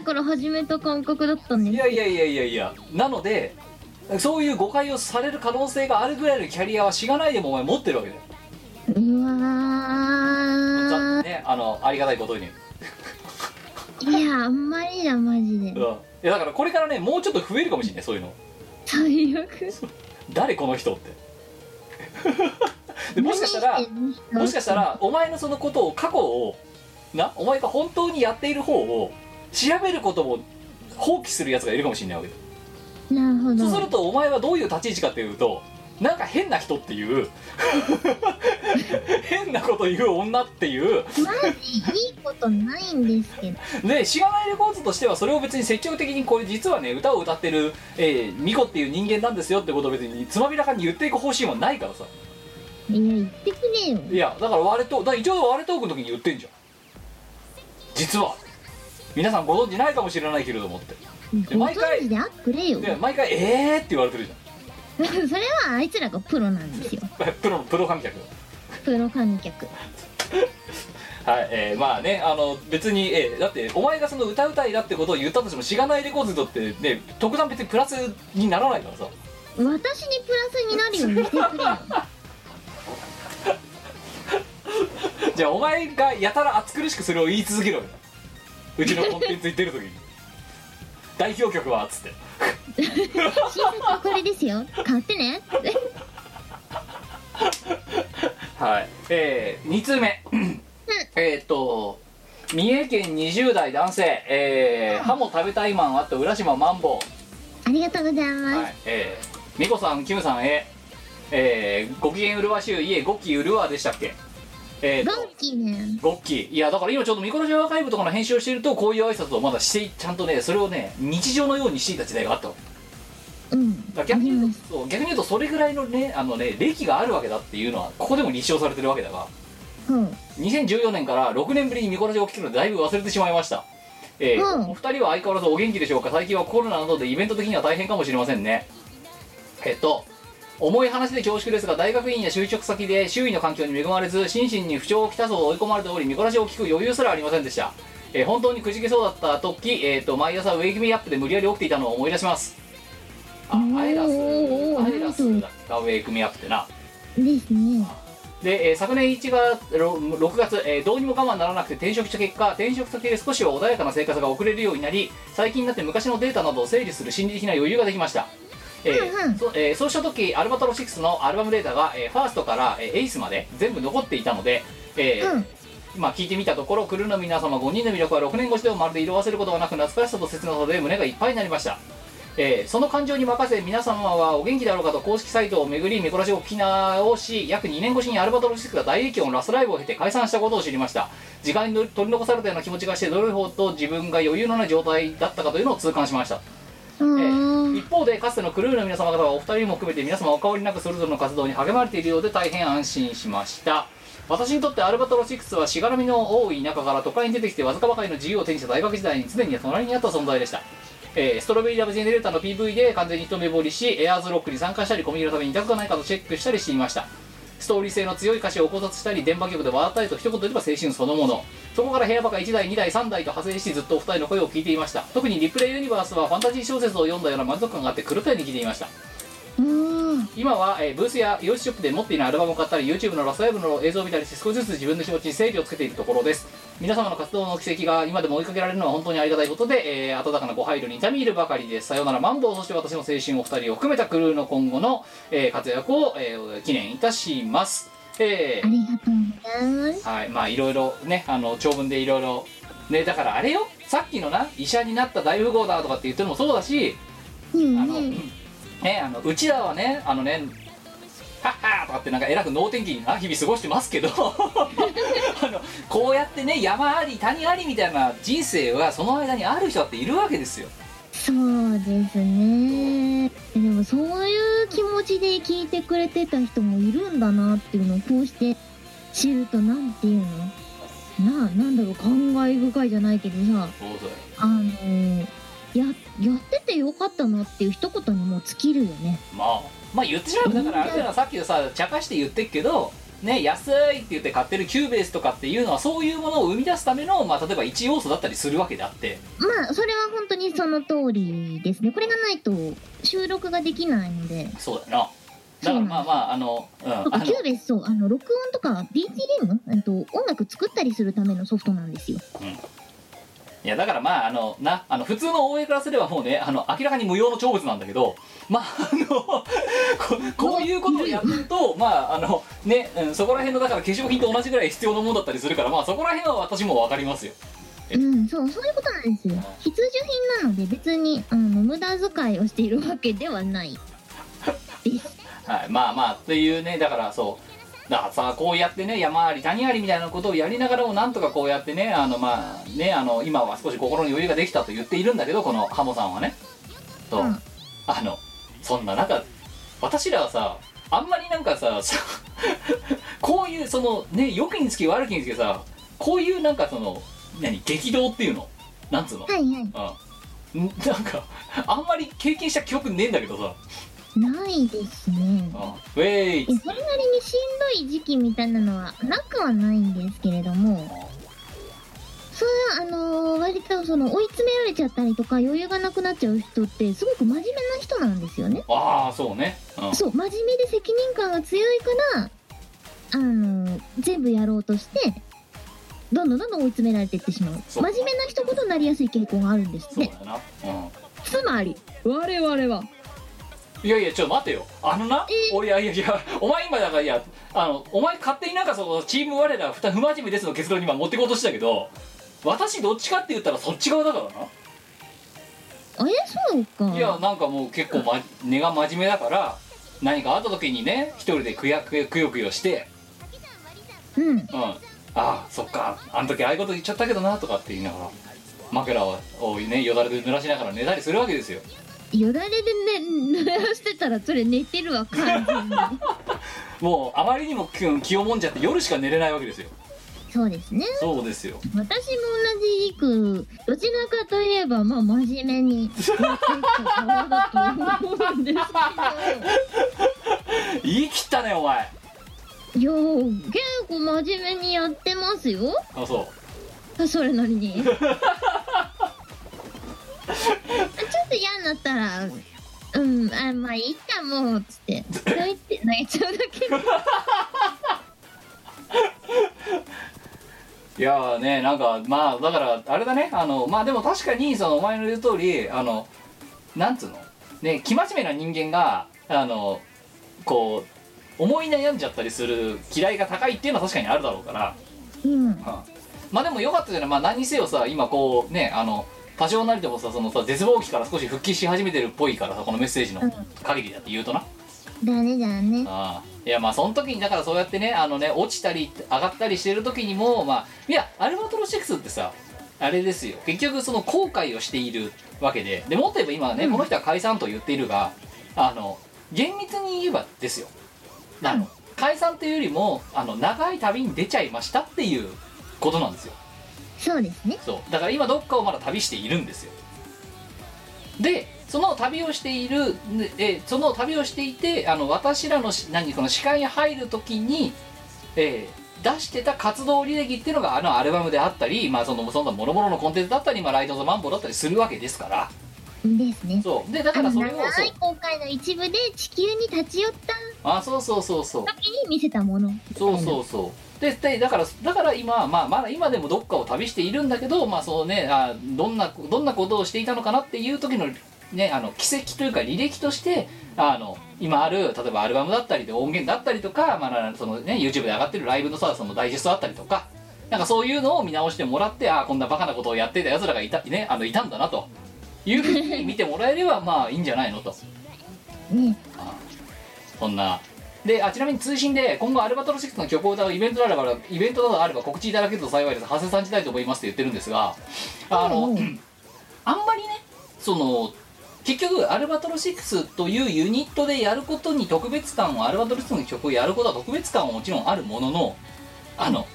S5: いから始めた感覚だったん
S4: い
S5: で
S4: や
S5: す
S4: いやいやいやいやなのでそういう誤解をされる可能性があるぐらいのキャリアはしがないでもお前持ってるわけだよ
S5: うわ
S4: ざ
S5: ー
S4: ねあのありがたいことに
S5: いやあんまりだマジで
S4: うんいやだからこれからねもうちょっと増えるかもしれないそういうの
S5: 最悪
S4: 誰この人ってでもしかしたらもしかしたらお前のそのことを過去をなお前が本当にやっている方を調べることも放棄するやつがいるかもしれないわけだ、
S5: なるほど
S4: そうするとお前はどういう立ち位置かっていうとなんか変な人っていう 変なこと言う女っていう
S5: マジいいことないんですけど
S4: でしがないレコーズとしてはそれを別に積極的にこれ実はね歌を歌ってる、えー、ミコっていう人間なんですよってことを別につまびらかに言っていく方針はないからさ
S5: いや言ってくれよ
S4: いやだから割れとだから一応割れトークの時に言ってんじゃん実は皆さんご存知ないかもしれないけれどもってで
S5: ご
S4: 毎回
S5: 存知であっくれよ
S4: で毎回「えー」って言われてるじ
S5: それはあいつらがプロなんですよ
S4: ゃん プロプロ観客
S5: プロ観客
S4: はいえー、まあねあの別に、えーだってお前がその歌うたいだってことを言ったとしてもしがないレコーズにとってね特段別にプラスにならないからさ
S5: 私にプラスになるようにしてくれよ
S4: じゃあお前がやたら暑苦しくそれを言い続けろようちのコンテンツ言ってる時に代表曲はっつって
S5: 新作はこれですよ買ってね
S4: はい、えー、2通目えーっと三重県20代男性、えー、歯も食べたいマンあと浦島マンボ
S5: ありがとうござい
S4: ウ、
S5: ます、
S4: はいえー、美子さんキムさんへ、えー、ご機嫌うるわしゅういえごきうるわでしたっけえー、
S5: ド
S4: と
S5: ンキね
S4: ごっきいやだから今ちょうどミコラジアアーカイブとかの編集をしているとこういう挨拶をまだしていちゃんとねそれをね日常のようにしていた時代があったわ
S5: うん
S4: だから逆に言うとそう逆に言うとそれぐらいのねあのね歴があるわけだっていうのはここでも立証されてるわけだが
S5: うん
S4: 2014年から6年ぶりにミコラジオを聞くのでだいぶ忘れてしまいました、えー
S5: うん
S4: お二人は相変わらずお元気でしょうか最近はコロナなどでイベント的には大変かもしれませんねえっと重い話で恐縮ですが大学院や就職先で周囲の環境に恵まれず心身に不調をきたそう追い込まれておりミコラジオを聞く余裕すらありませんでした、えー本当にくじけそうだった時、えー、と毎朝ウェイクミーアップで無理やり起きていたのを思い出しますあアイラスアイラスだったウェイクミーアップってな
S5: ですね
S4: で、えー昨年1月ろ6月、えーどうにも我慢ならなくて転職した結果転職先で少しは穏やかな生活が送れるようになり最近になって昔のデータなどを整理する心理的な余裕ができました、えー
S5: うんうん
S4: そえーそうした時アルバトロ6のアルバムデータが、えーファーストから、えーエイスまで全部残っていたので、えー
S5: うん
S4: まあ、聞いてみたところクルーの皆様5人の魅力は6年越しでもまるで色褪せることがなく懐かしさと切なさで胸がいっぱいになりました、えーその感情に任せ皆様はお元気だろうかと公式サイトを巡りミコラジオを聞き直し約2年越しにアルバトロシスクが大影響のラスライブを経て解散したことを知りました時間に取り残されたような気持ちがしてどれほど自分が余裕のない状態だったかというのを痛感しました
S5: あ
S4: え
S5: ー
S4: ー一方でかつてのクルーの皆様方はお二人も含めて皆様お変わりなくそれぞれの活動に励まれているようで大変安心しました私にとってアルバトロ6はしがらみの多い中から都会に出てきてわずかばかりの自由を手にした大学時代に常に隣にあった存在でした、えーストロベリーラブジェネレーターの PV で完全に一目惚りしエアーズロックに参加したりコミュニティのために痛くないかとチェックしたりしていましたストーリー性の強い歌詞を考察したり電波曲で笑ったりと一言で言えば青春そのものそこから部屋ばか1台2台3台と派生しずっとお二人の声を聞いていました特にリプレイユニバースはファンタジー小説を読んだような満足感があって狂ったように聞いていました
S5: うん
S4: 今は、えーブースやイオシスショップで持っていないアルバムを買ったり YouTube のラスライブの映像を見たりして少しずつ自分の気持ちに整理をつけているところです皆様の活動の軌跡が今でも追いかけられるのは本当にありがたいことで、えー温かなご配慮に痛み入るばかりですさようならマンボウそして私の青春お二人を含めたクルーの今後の、えー活躍を、えー記念いたしますえ
S5: あ
S4: ー
S5: りがとうございます
S4: はいまあいろいろねあの長文でいろいろねだからあれよさっきのな医者になった大富豪だとかって言ってるのもそうだし
S5: うん
S4: あの、
S5: ね
S4: ね、あのうちらはね、あのね、はっはーとかって、なんかえらく能天気にな日々過ごしてますけど、 あのこうやってね、山あり、谷ありみたいな人生は、その間にある人だっているわけですよ。
S5: そうですねでもそういう気持ちで聞いてくれてた人もいるんだなっていうのをこうして知るとなんていうのななんだろう感慨深いじゃないけどさ
S4: そうだよ
S5: あのややっててよかったなっていう一言にもう尽きるよね
S4: まあまあ言ってしまえばだからあれだよなさっきのさ茶化して言ってっけどね安いって言って買ってるキューベースとかっていうのはそういうものを生み出すためのまあ例えば一要素だったりするわけであって
S5: まあそれは本当にその通りですねこれがないと収録ができないので
S4: そうだよなだからまあまああのうんあ
S5: そうかキューベースそうあの録音とか BGM えっと音楽作ったりするためのソフトなんですよ
S4: いやだからまああのなあの普通の OA からすればもうねあの明らかに無用の長物なんだけどまああのここういうことをやってるとまああのね、うん、そこら辺のだから化粧品と同じぐらい必要なものだったりするからまあそこら辺は私も分かりますよ
S5: うんそうそういうことなんですよ必需品なので別にあの無駄遣いをしているわけではないです
S4: はい、まあまあっていうねだからそうだからさこうやってね山あり谷ありみたいなことをやりながらもなんとかこうやってねあのまあねあの今は少し心に余裕ができたと言っているんだけどこのハモさんはねと、
S5: うん
S4: あのそんな中私らはさあんまりなんかさ さこういうそのね良きにつき悪きにつきさこういうなんかその何激動っていうのなんつうの、
S5: はいはい
S4: うんんなんかあんまり経験した記憶ねえんだけどさ
S5: ないですね
S4: 「うん、ウェイ!」っ
S5: え
S4: つって
S5: それなりにしんどい時期みたいなのはなくはないんですけれどもそれはあのー割とその追い詰められちゃったりとか余裕がなくなっちゃう人ってすごく真面目な人なんですよね
S4: ああそうね、うん、
S5: そう真面目で責任感が強いからあの全部やろうとしてどんどんどんどん追い詰められていってしまう
S4: そ
S5: 真
S4: う
S5: 面目な人ほどなりやすい傾向があるんですっ
S4: そう
S5: て
S4: だよな、う
S5: つまり我々は
S4: ん、いやいやちょっと待てよあのな、
S5: えー
S4: 俺いやいやいやお前今だからいやあのお前勝手になんかそのチーム我ら不不真面目ですの結論に今持ってこうとしたけど私どっちかって言ったらそっち側だからな、
S5: あれそうか
S4: いやなんかもう結構、ま、根が真面目だから何かあった時にね一人でくやくやくよくよして
S5: うん
S4: うんああそっかあの時ああいうこと言っちゃったけどなとかって言いながら枕ををねよだれで濡らしながら寝たりするわけですよ
S5: よだれでね濡らしてたらそれ寝てるわ完 全に
S4: もうあまりにも気気をもんじゃって夜しか寝れないわけですよ
S5: そうですね
S4: そうですよ
S5: 私も同じくどちらかといえばまあ真面目にやってきた側だと思うんですけど
S4: 言い切ったねお前
S5: いやー結構真面目にやってますよ
S4: あそ
S5: それなり にちょっと嫌になったら「うんあまあいいかもう」っつって「泣いて泣いちゃうだけで
S4: ういやーねなんかまあだからあれだねあのまあでも確かにそのお前の言う通りあのなんつうのね生真面目な人間があのこう思い悩んじゃったりする嫌いが高いっていうのは確かにあるだろうから、」
S5: うん
S4: うんまあでもよかったじゃないまあ何にせよさ今こうねあの多少なりともさそのさ絶望期から少し復帰し始めてるっぽいからさこのメッセージの限りだって言うとな、
S5: だねだね
S4: ああいやまあその時にだからそうやってねあのね落ちたり上がったりしてる時にもまあいやアルバトロシックスってさあれですよ結局その後悔をしているわけででもっと言えば今はね、この人は解散と言っているがあの厳密に言えばですよあの、解散というよりもあの長い旅に出ちゃいましたっていうことなんですよ
S5: そうですね
S4: そうだから今どっかをまだ旅しているんですよでその旅をしているねえその旅をしていてあの私らのし何この視界に入る時に、えー出してた活動履歴っていうのがあのアルバムであったり、まあ、そのそんな諸々のコンテンツだったり、まあ、ライト・ザ・マンボだったりするわけですから
S5: ですね
S4: そうでだ
S5: あ
S4: か
S5: の
S4: らそれを
S5: 長
S4: そう
S5: い航海の一部で地球に立ち寄った
S4: あそうそうそうそう
S5: 時に見せたもの
S4: そうそうそうででだからだから今、まあ、まだ今でもどっかを旅しているんだけど、まあそうね、あどんなどんなことをしていたのかなっていう時の,、ね、あの奇跡というか履歴としてあの今ある例えばアルバムだったりで音源だったりとか、まあなそのね、YouTube で上がってるライブのさそのダイジェストだったりとかなんかそういうのを見直してもらってああこんなバカなことをやってたやつらがいた,、ね、あのいたんだなというふうに見てもらえればまあいいんじゃないのと。
S5: ね
S4: そんなであちなみに通信で今後アルバトロシックスの曲を歌うイベントならばイベントなどあれば告知いただけると幸いです長谷さん時代と思いますって言ってるんですがあの、
S5: うんう
S4: あんまりねその結局アルバトロ6というユニットでやることに特別感をアルバトロ6の曲をやることは特別感はもちろんあるもののあの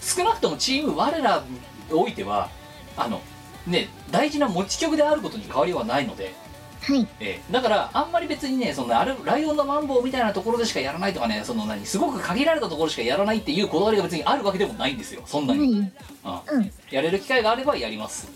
S4: 少なくともチーム我らにおいてはあのね大事な持ち曲であることに変わりはないので、
S5: はい
S4: ええだからあんまり別にねそのあるライオンのマンボウみたいなところでしかやらないとかねその何すごく限られたところしかやらないっていうこだわりが別にあるわけでもないんですよそんな
S5: は
S4: に、
S5: い
S4: うん
S5: うん
S4: やれる機会があればやります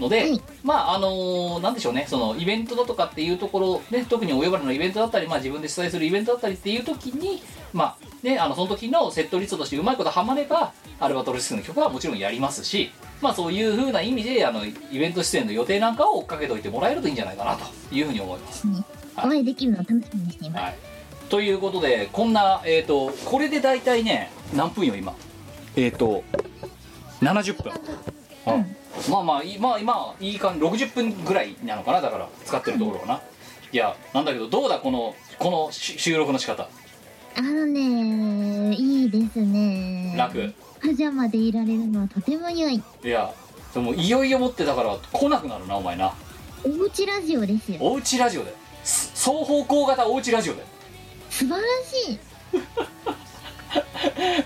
S4: ので、
S5: はい
S4: まああのなんでしょうねそのイベントだとかっていうところ、ね、特にお呼ばれのイベントだったり、まあ、自分で主催するイベントだったりっていう時にまあねあのその時のセットリストとしてうまいことはまればアルバトロシスの曲はもちろんやりますしまあそういうふうな意味であのイベント出演の予定なんかを追っかけておいてもらえるといいんじゃないかなというふうに思います。
S5: ねお会いできるのを楽しみにしています
S4: はい、ということでこんな、えー、とこれで大体ね何分よ今えっ、と70分、
S5: うん
S4: まあまあいまあ今いい感じ60分ぐらいなのかなだから使ってるところかな、いやなんだけどどうだこのこのし収録の仕方
S5: あのねいいですね
S4: 楽
S5: パジャマでいられるのはとても良い
S4: いやでもいよいよ持ってだから来なくなるなお前な
S5: おうちラジオですよ
S4: おうちラジオだよす双方向型おうちラジオだよ
S5: 素晴らしい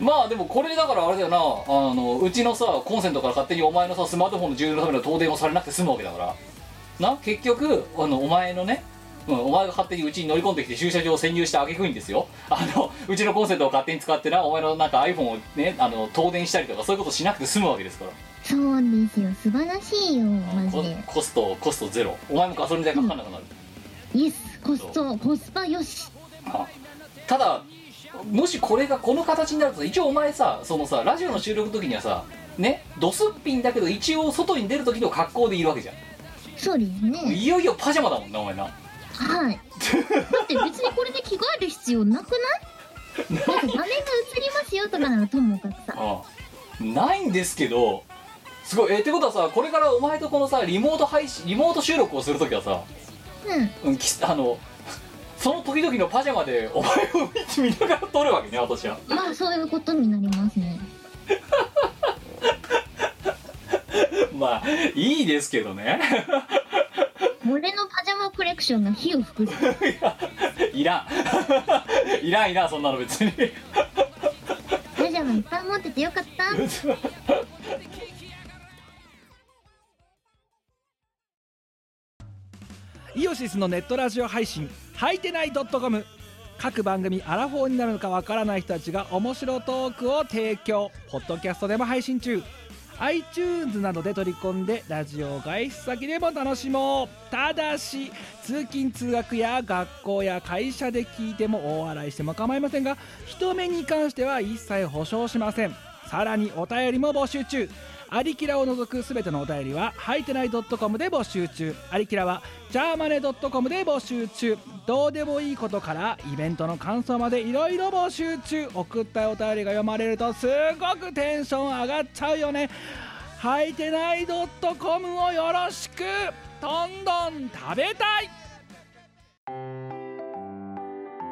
S4: まあでもこれだからあれだよなあのうちのさコンセントから勝手にお前のさスマートフォンの充電のための東電をされなくて済むわけだからな結局あのお前のね、うん、お前が勝手にうちに乗り込んできて駐車場を占領した挙句にですよあのうちのコンセントを勝手に使ってなお前のなんか iPhone をねあの東電したりとかそういうことしなくて済むわけですから
S5: そうですよ素晴らしいよマジ
S4: コ
S5: で
S4: コストコストゼロお前もガソリン代かかんなくなる、
S5: イエスコストコスパよし
S4: あただもしこれがこの形になると一応お前さそのさラジオの収録の時にはさねドスッピンだけど一応外に出る時の格好でいるわけじゃん
S5: そうですね
S4: いよいよパジャマだもんなお前な
S5: はいだって別にこれで着替える必要なくないなんか画面が映りますよとかならともかくさ
S4: うんないんですけどすごいえってことはさこれからお前とこのさリモート配信リモート収録をする時はさ、
S5: うん
S4: うん、きあのその時々のパジャマでお前を見て見ながら撮るわけね私は
S5: まあそういうことになりますね
S4: まあいいですけどね
S5: 俺のパジャマコレクションが火を吹く
S4: いらん いらんいらんそんなの別に
S5: パジャマいっぱい持っててよ かった
S7: イオシスのネットラジオ配信「はいてない .com」各番組アラフォーになるのかわからない人たちが面白トークを提供ポッドキャストでも配信中 iTunes などで取り込んでラジオを外出先でも楽しもうただし通勤通学や学校や会社で聞いても大笑いしても構いませんが人目に関しては一切保証しませんさらにお便りも募集中アリキラを除くすべてのお便りは、はいてない .com で募集中。アリキラは、ジャーマネ .com で募集中。どうでもいいことから、イベントの感想までいろいろ募集中。送ったお便りが読まれると、すごくテンション上がっちゃうよね。はいてない .com をよろしくどんどん食べたい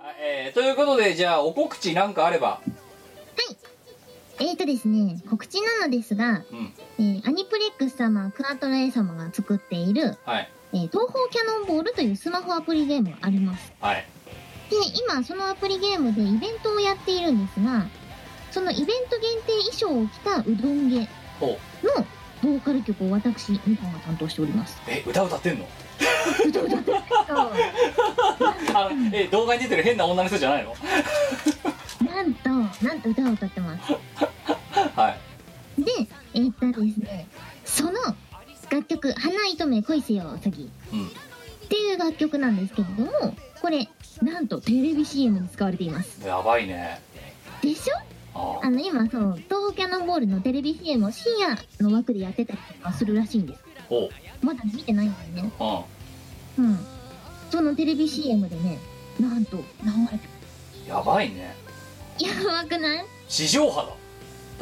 S4: あえーということでじゃあお告知なんかあれば
S5: えーとですね告知なのですが、
S4: うん
S5: えーアニプレックス様クアトラエ様が作っている、
S4: はい
S5: えー東方キャノンボールというスマホアプリゲームがあります
S4: はい
S5: で今そのアプリゲームでイベントをやっているんですがそのイベント限定衣装を着たうどん芸
S4: ほう
S5: のボーカル曲を私みかんが担当しております
S4: え歌歌ってんの
S5: うどんだってな
S4: あのえ動画に出てる変な女の人じゃないの
S5: んとなんと歌を歌ってます
S4: はい
S5: でえーとですねその楽曲「花糸目恋せようさぎ」
S4: うん
S5: っていう楽曲なんですけれどもこれなんとテレビ CM に使われています
S4: やばいね
S5: でしょ
S4: あ
S5: あの今そう東京キャノンボールのテレビ CM を深夜の枠でやってたりとかするらしいんです
S4: あおう
S5: まだ見てないんだよね
S4: うん
S5: うんそのテレビ CM でねなんと何割
S4: やばいね
S5: やばくない
S4: 地上波だ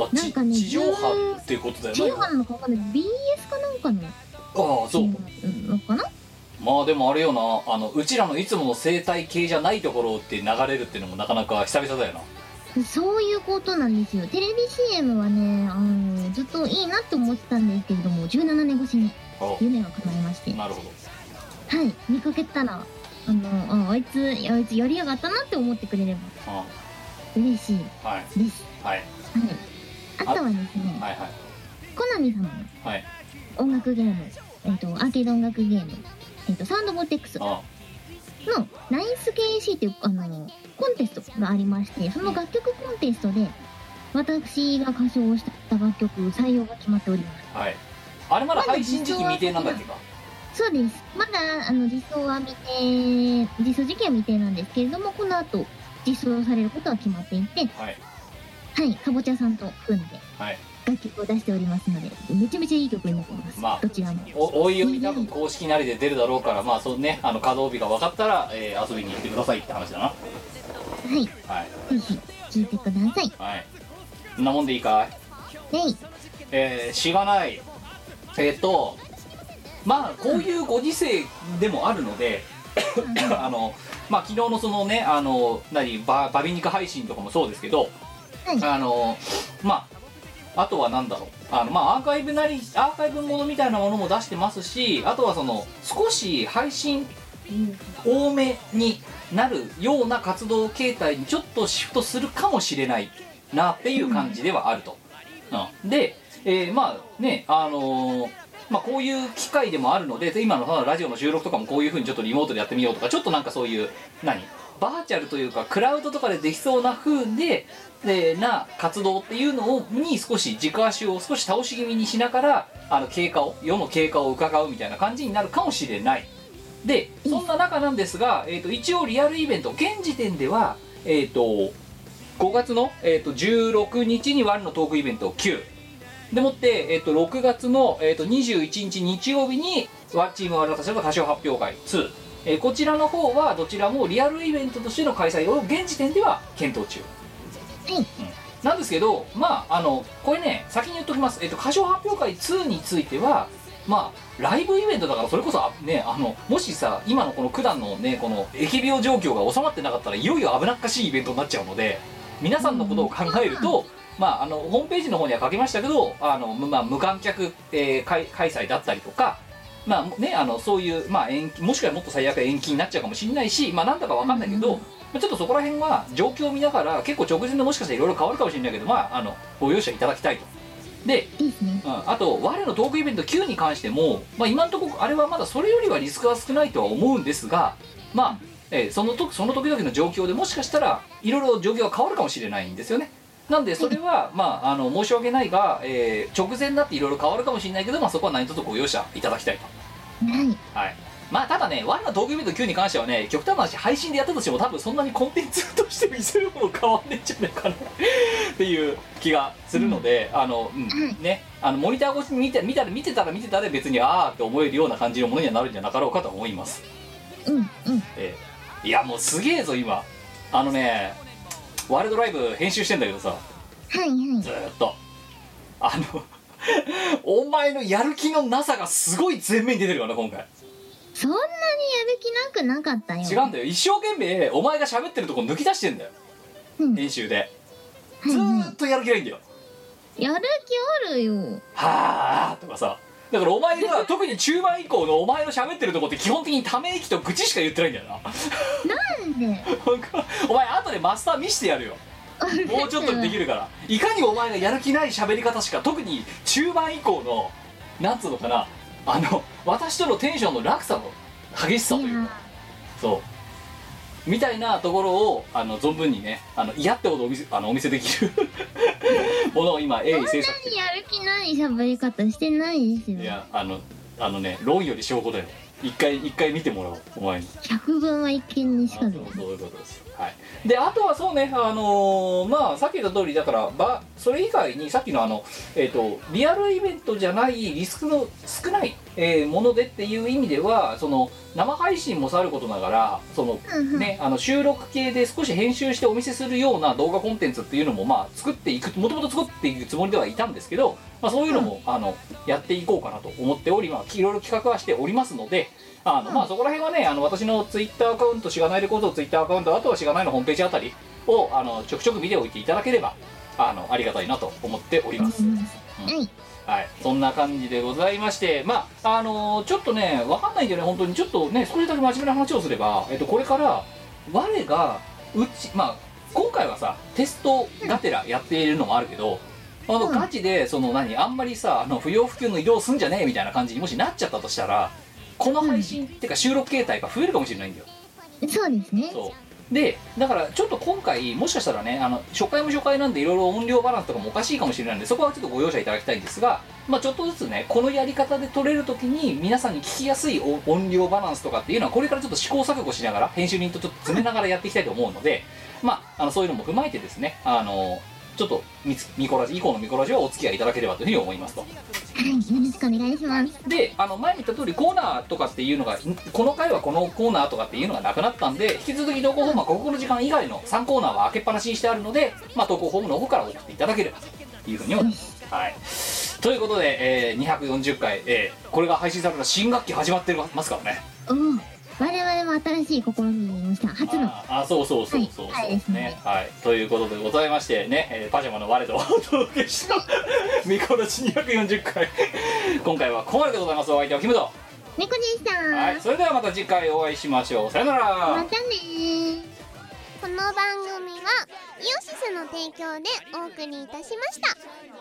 S4: だち
S5: なんかね
S4: 地上波っていうことだ
S5: 地上
S4: よ
S5: 波
S4: ね
S5: なのかわかんない BS かなんかの
S4: ああそう、
S5: うんのかな
S4: まあでもあれよなあのうちらのいつもの生態系じゃないところって流れるっていうのもなかなか久々だよな
S5: そういうことなんですよテレビ CM はねあのずっといいなと思ってたんですけれども17年越しに
S4: おう
S5: 夢が叶いまして
S4: なるほど
S5: はい見かけたらあのああいついやあいつやりやがったなって思ってくれれば
S4: う
S5: 嬉しい
S4: んはい
S5: です
S4: はい
S5: はいあとはですね
S4: はいはい
S5: コナミ様の
S4: はい
S5: 音楽ゲーム、えっとアーケード音楽ゲーム、えっとサウンドボルテックスの
S4: あ
S5: ナイス KC というあのコンテストがありましてその楽曲コンテストで私が歌唱した楽曲採用が決まっております
S4: はいあれまだ配信時期未定なんだっけか
S5: そうですまだあの実装は未定実装時期は未定なんですけれどもこの後実装されることは決まっていて
S4: はい
S5: はいかぼちゃさんと組んで
S4: はい
S5: 楽曲を出しておりますのでめちゃめちゃいい曲になっています、
S4: まあ
S5: どちらも
S4: おおいおい多分公式なりで出るだろうからまあそうねあの稼働日が分かったら、えー遊びに行ってくださいって話だな
S5: はいぜ
S4: はい
S5: ひ聴いてください
S4: はいそんなもんでいいかい
S5: はい
S4: えー、しがないえっ、とまあこういうご時世でもあるので あのまあ昨日のそのねあの何ババビニカ配信とかもそうですけど、
S5: はい
S4: あのまああとは何だろうあのまあアーカイブなりアーカイブものみたいなものも出してますしあとはその少し配信多めになるような活動形態にちょっとシフトするかもしれないなっていう感じではあると。うんで、えーまあねあのーまあ、こういう機会でもあるのでで今のそのラジオの収録とかもこういうふうにちょっとリモートでやってみようとかちょっとなんかそういう何バーチャルというかクラウドとかでできそうな風ででな活動っていうのをに少し軸足を少し倒し気味にしながらあの経過を世の経過を伺うみたいな感じになるかもしれないでそんな中なんですが、えー、と一応リアルイベント現時点ではえっ、と5月の、えー、と16日にワンのトークイベント9でもって、えー、と6月の、えー、と21日日曜日にワチームワールドカップの歌唱発表会2、えーこちらの方はどちらもリアルイベントとしての開催を現時点では検討中
S5: はい
S4: なんですけどまああのこれね先に言っときます、えっと歌唱発表会2についてはまあライブイベントだからそれこそあねあのもしさ今のこの九段のねこの疫病状況が収まってなかったらいよいよ危なっかしいイベントになっちゃうので皆さんのことを考えると、まあ、あのホームページの方には書きましたけどあの、むまあ、無観客、えー開開催だったりとか、まあね、あのそういう、まあ、延期もしくはもっと最悪延期になっちゃうかもしれないし、まあ、なんだかわかんないけど、まあちょっとそこら辺は状況を見ながら結構直前でもしかしたらいろいろ変わるかもしれないけど、まあ、あのご容赦いただきたいと。で、
S5: ですね
S4: うんあと我のトークイベント9に関しても、まあ、今のところあれはまだそれよりはリスクは少ないとは思うんですがまあ、えーその時その時々の状況でもしかしたらいろいろ状況が変わるかもしれないんですよねなんでそれは、まあ、あの申し訳ないが、えー直前になっていろいろ変わるかもしれないけど、まあ、そこは何卒ご容赦いただきたいと
S5: はい
S4: はいまあただね我のトークイベント9に関してはね極端な話配信でやったとしても多分そんなにコンテンツとして見せるもの変わんねえんじゃないかなっていう気がするので、あの、うん、
S5: はい
S4: ね、あのモニター越しに見て見たら見てたら見てたで別にああって思えるような感じのものにはなるんじゃなかろうかと思います、
S5: うんうん
S4: えーいやもうすげえぞ今あのねワールドライブ編集してんだけどさ
S5: はいはい
S4: ずーっとあの お前のやる気のなさがすごい前面に出てるよな今回
S5: そんなにやる気なくなかったよ
S4: 違うんだよ一生懸命お前が喋ってるとこ抜き出してんだよ
S5: うん
S4: 練習で
S5: は
S4: ず
S5: いはい
S4: ーっとやる気ないんだよ
S5: やる気あるよ
S4: はあとかさだからお前 が特に中盤以降のお前の喋ってるとこって基本的にため息と愚痴しか言ってないんだよ な
S5: なんで
S4: なんかお前後でマスター見してやるよ もうちょっとでき
S5: る
S4: るからいかにお前がやる気ない喋り方しか特に中盤以降のなんつうのかなあの私とのテンションの落差の激しさと
S5: い
S4: いうか
S5: や
S4: そうみたいなところをあの存分にねあの嫌ってほどお見せあのお見せできる ものを今鋭意制作してる
S5: やる気ない喋り方してないですよ
S4: いやあのあのね論より証拠だよ一回一回見てもらおうお前に
S5: 百聞は一見にし
S4: あ
S5: か
S4: そう
S5: ず
S4: そういうことですはい、であとはそうね、あのーまあ、さっき言った通りだからばそれ以外にさっきのあの、えー、とリアルイベントじゃないリスクの少ない、えーものでっていう意味ではその生配信もさることながらその、
S5: うんうん
S4: ね、あの収録系で少し編集してお見せするような動画コンテンツっていうのも、まあ、作っていくもともと作っていくつもりではいたんですけど、まあ、そういうのも、あのやっていこうかなと思っており、まあ、いろいろ企画はしておりますので。あのまあ、そこら辺はねあの私のツイッターアカウントしがないレコードツイッターアカウントあとはしがないのホームページあたりをあのちょくちょく見ておいていただければあのありがたいなと思っております。
S5: はい
S4: はい、そんな感じでございまして、まああのーちょっとね、わかんないんだよね、本当に、ちょっとね、少しだけ真面目な話をすれば、えっと、これから、我がうち、まあ、今回はさ、テストがてらやっているのもあるけど、あの
S5: うん
S4: ガチで、その何、あんまりさ、あの不要不急の移動すんじゃねえみたいな感じにもしなっちゃったとしたら、この配信、ってか収録形態が増えるかもしれないんだよ。
S5: そうですね
S4: そうでだからちょっと今回もしかしたらねあの初回も初回なんでいろいろ音量バランスとかもおかしいかもしれないのでそこはちょっとご容赦いただきたいんですが、まあ、ちょっとずつねこのやり方で取れる時に皆さんに聞きやすいお音量バランスとかっていうのはこれからちょっと試行錯誤しながら編集人とちょっと詰めながらやっていきたいと思うので、まあ、あのそういうのも踏まえてですねあのちょっとみつミコラジ以降のミコラジはお付き合いいただければというふうに思いますと。
S5: はいよろしくお願いします
S4: であの前に言った通りコーナーとかっていうのがんこの回はこのコーナーとかっていうのがなくなったんで引き続き投稿フォームはここの時間以外の3コーナーは開けっぱなしにしてあるので、まあ、投稿フォームの方から送っていただければというふうに思います。はい、ということで、えー240回、えーこれが配信された新学期始まってますからね。
S5: おお我々も新しい試みをした初の
S4: あーあそうそうそうそう
S5: はい
S4: そうですね、はいということでございましてね、えーパジャマの我とお届けした 「ミコラチ240回」今回はここまででございますお相手はキムド
S5: 猫でした、
S4: はい、それではまた次回お会いしましょう。さよなら。
S5: またねー
S1: この番組はイオシスの提供でお送りいたしました。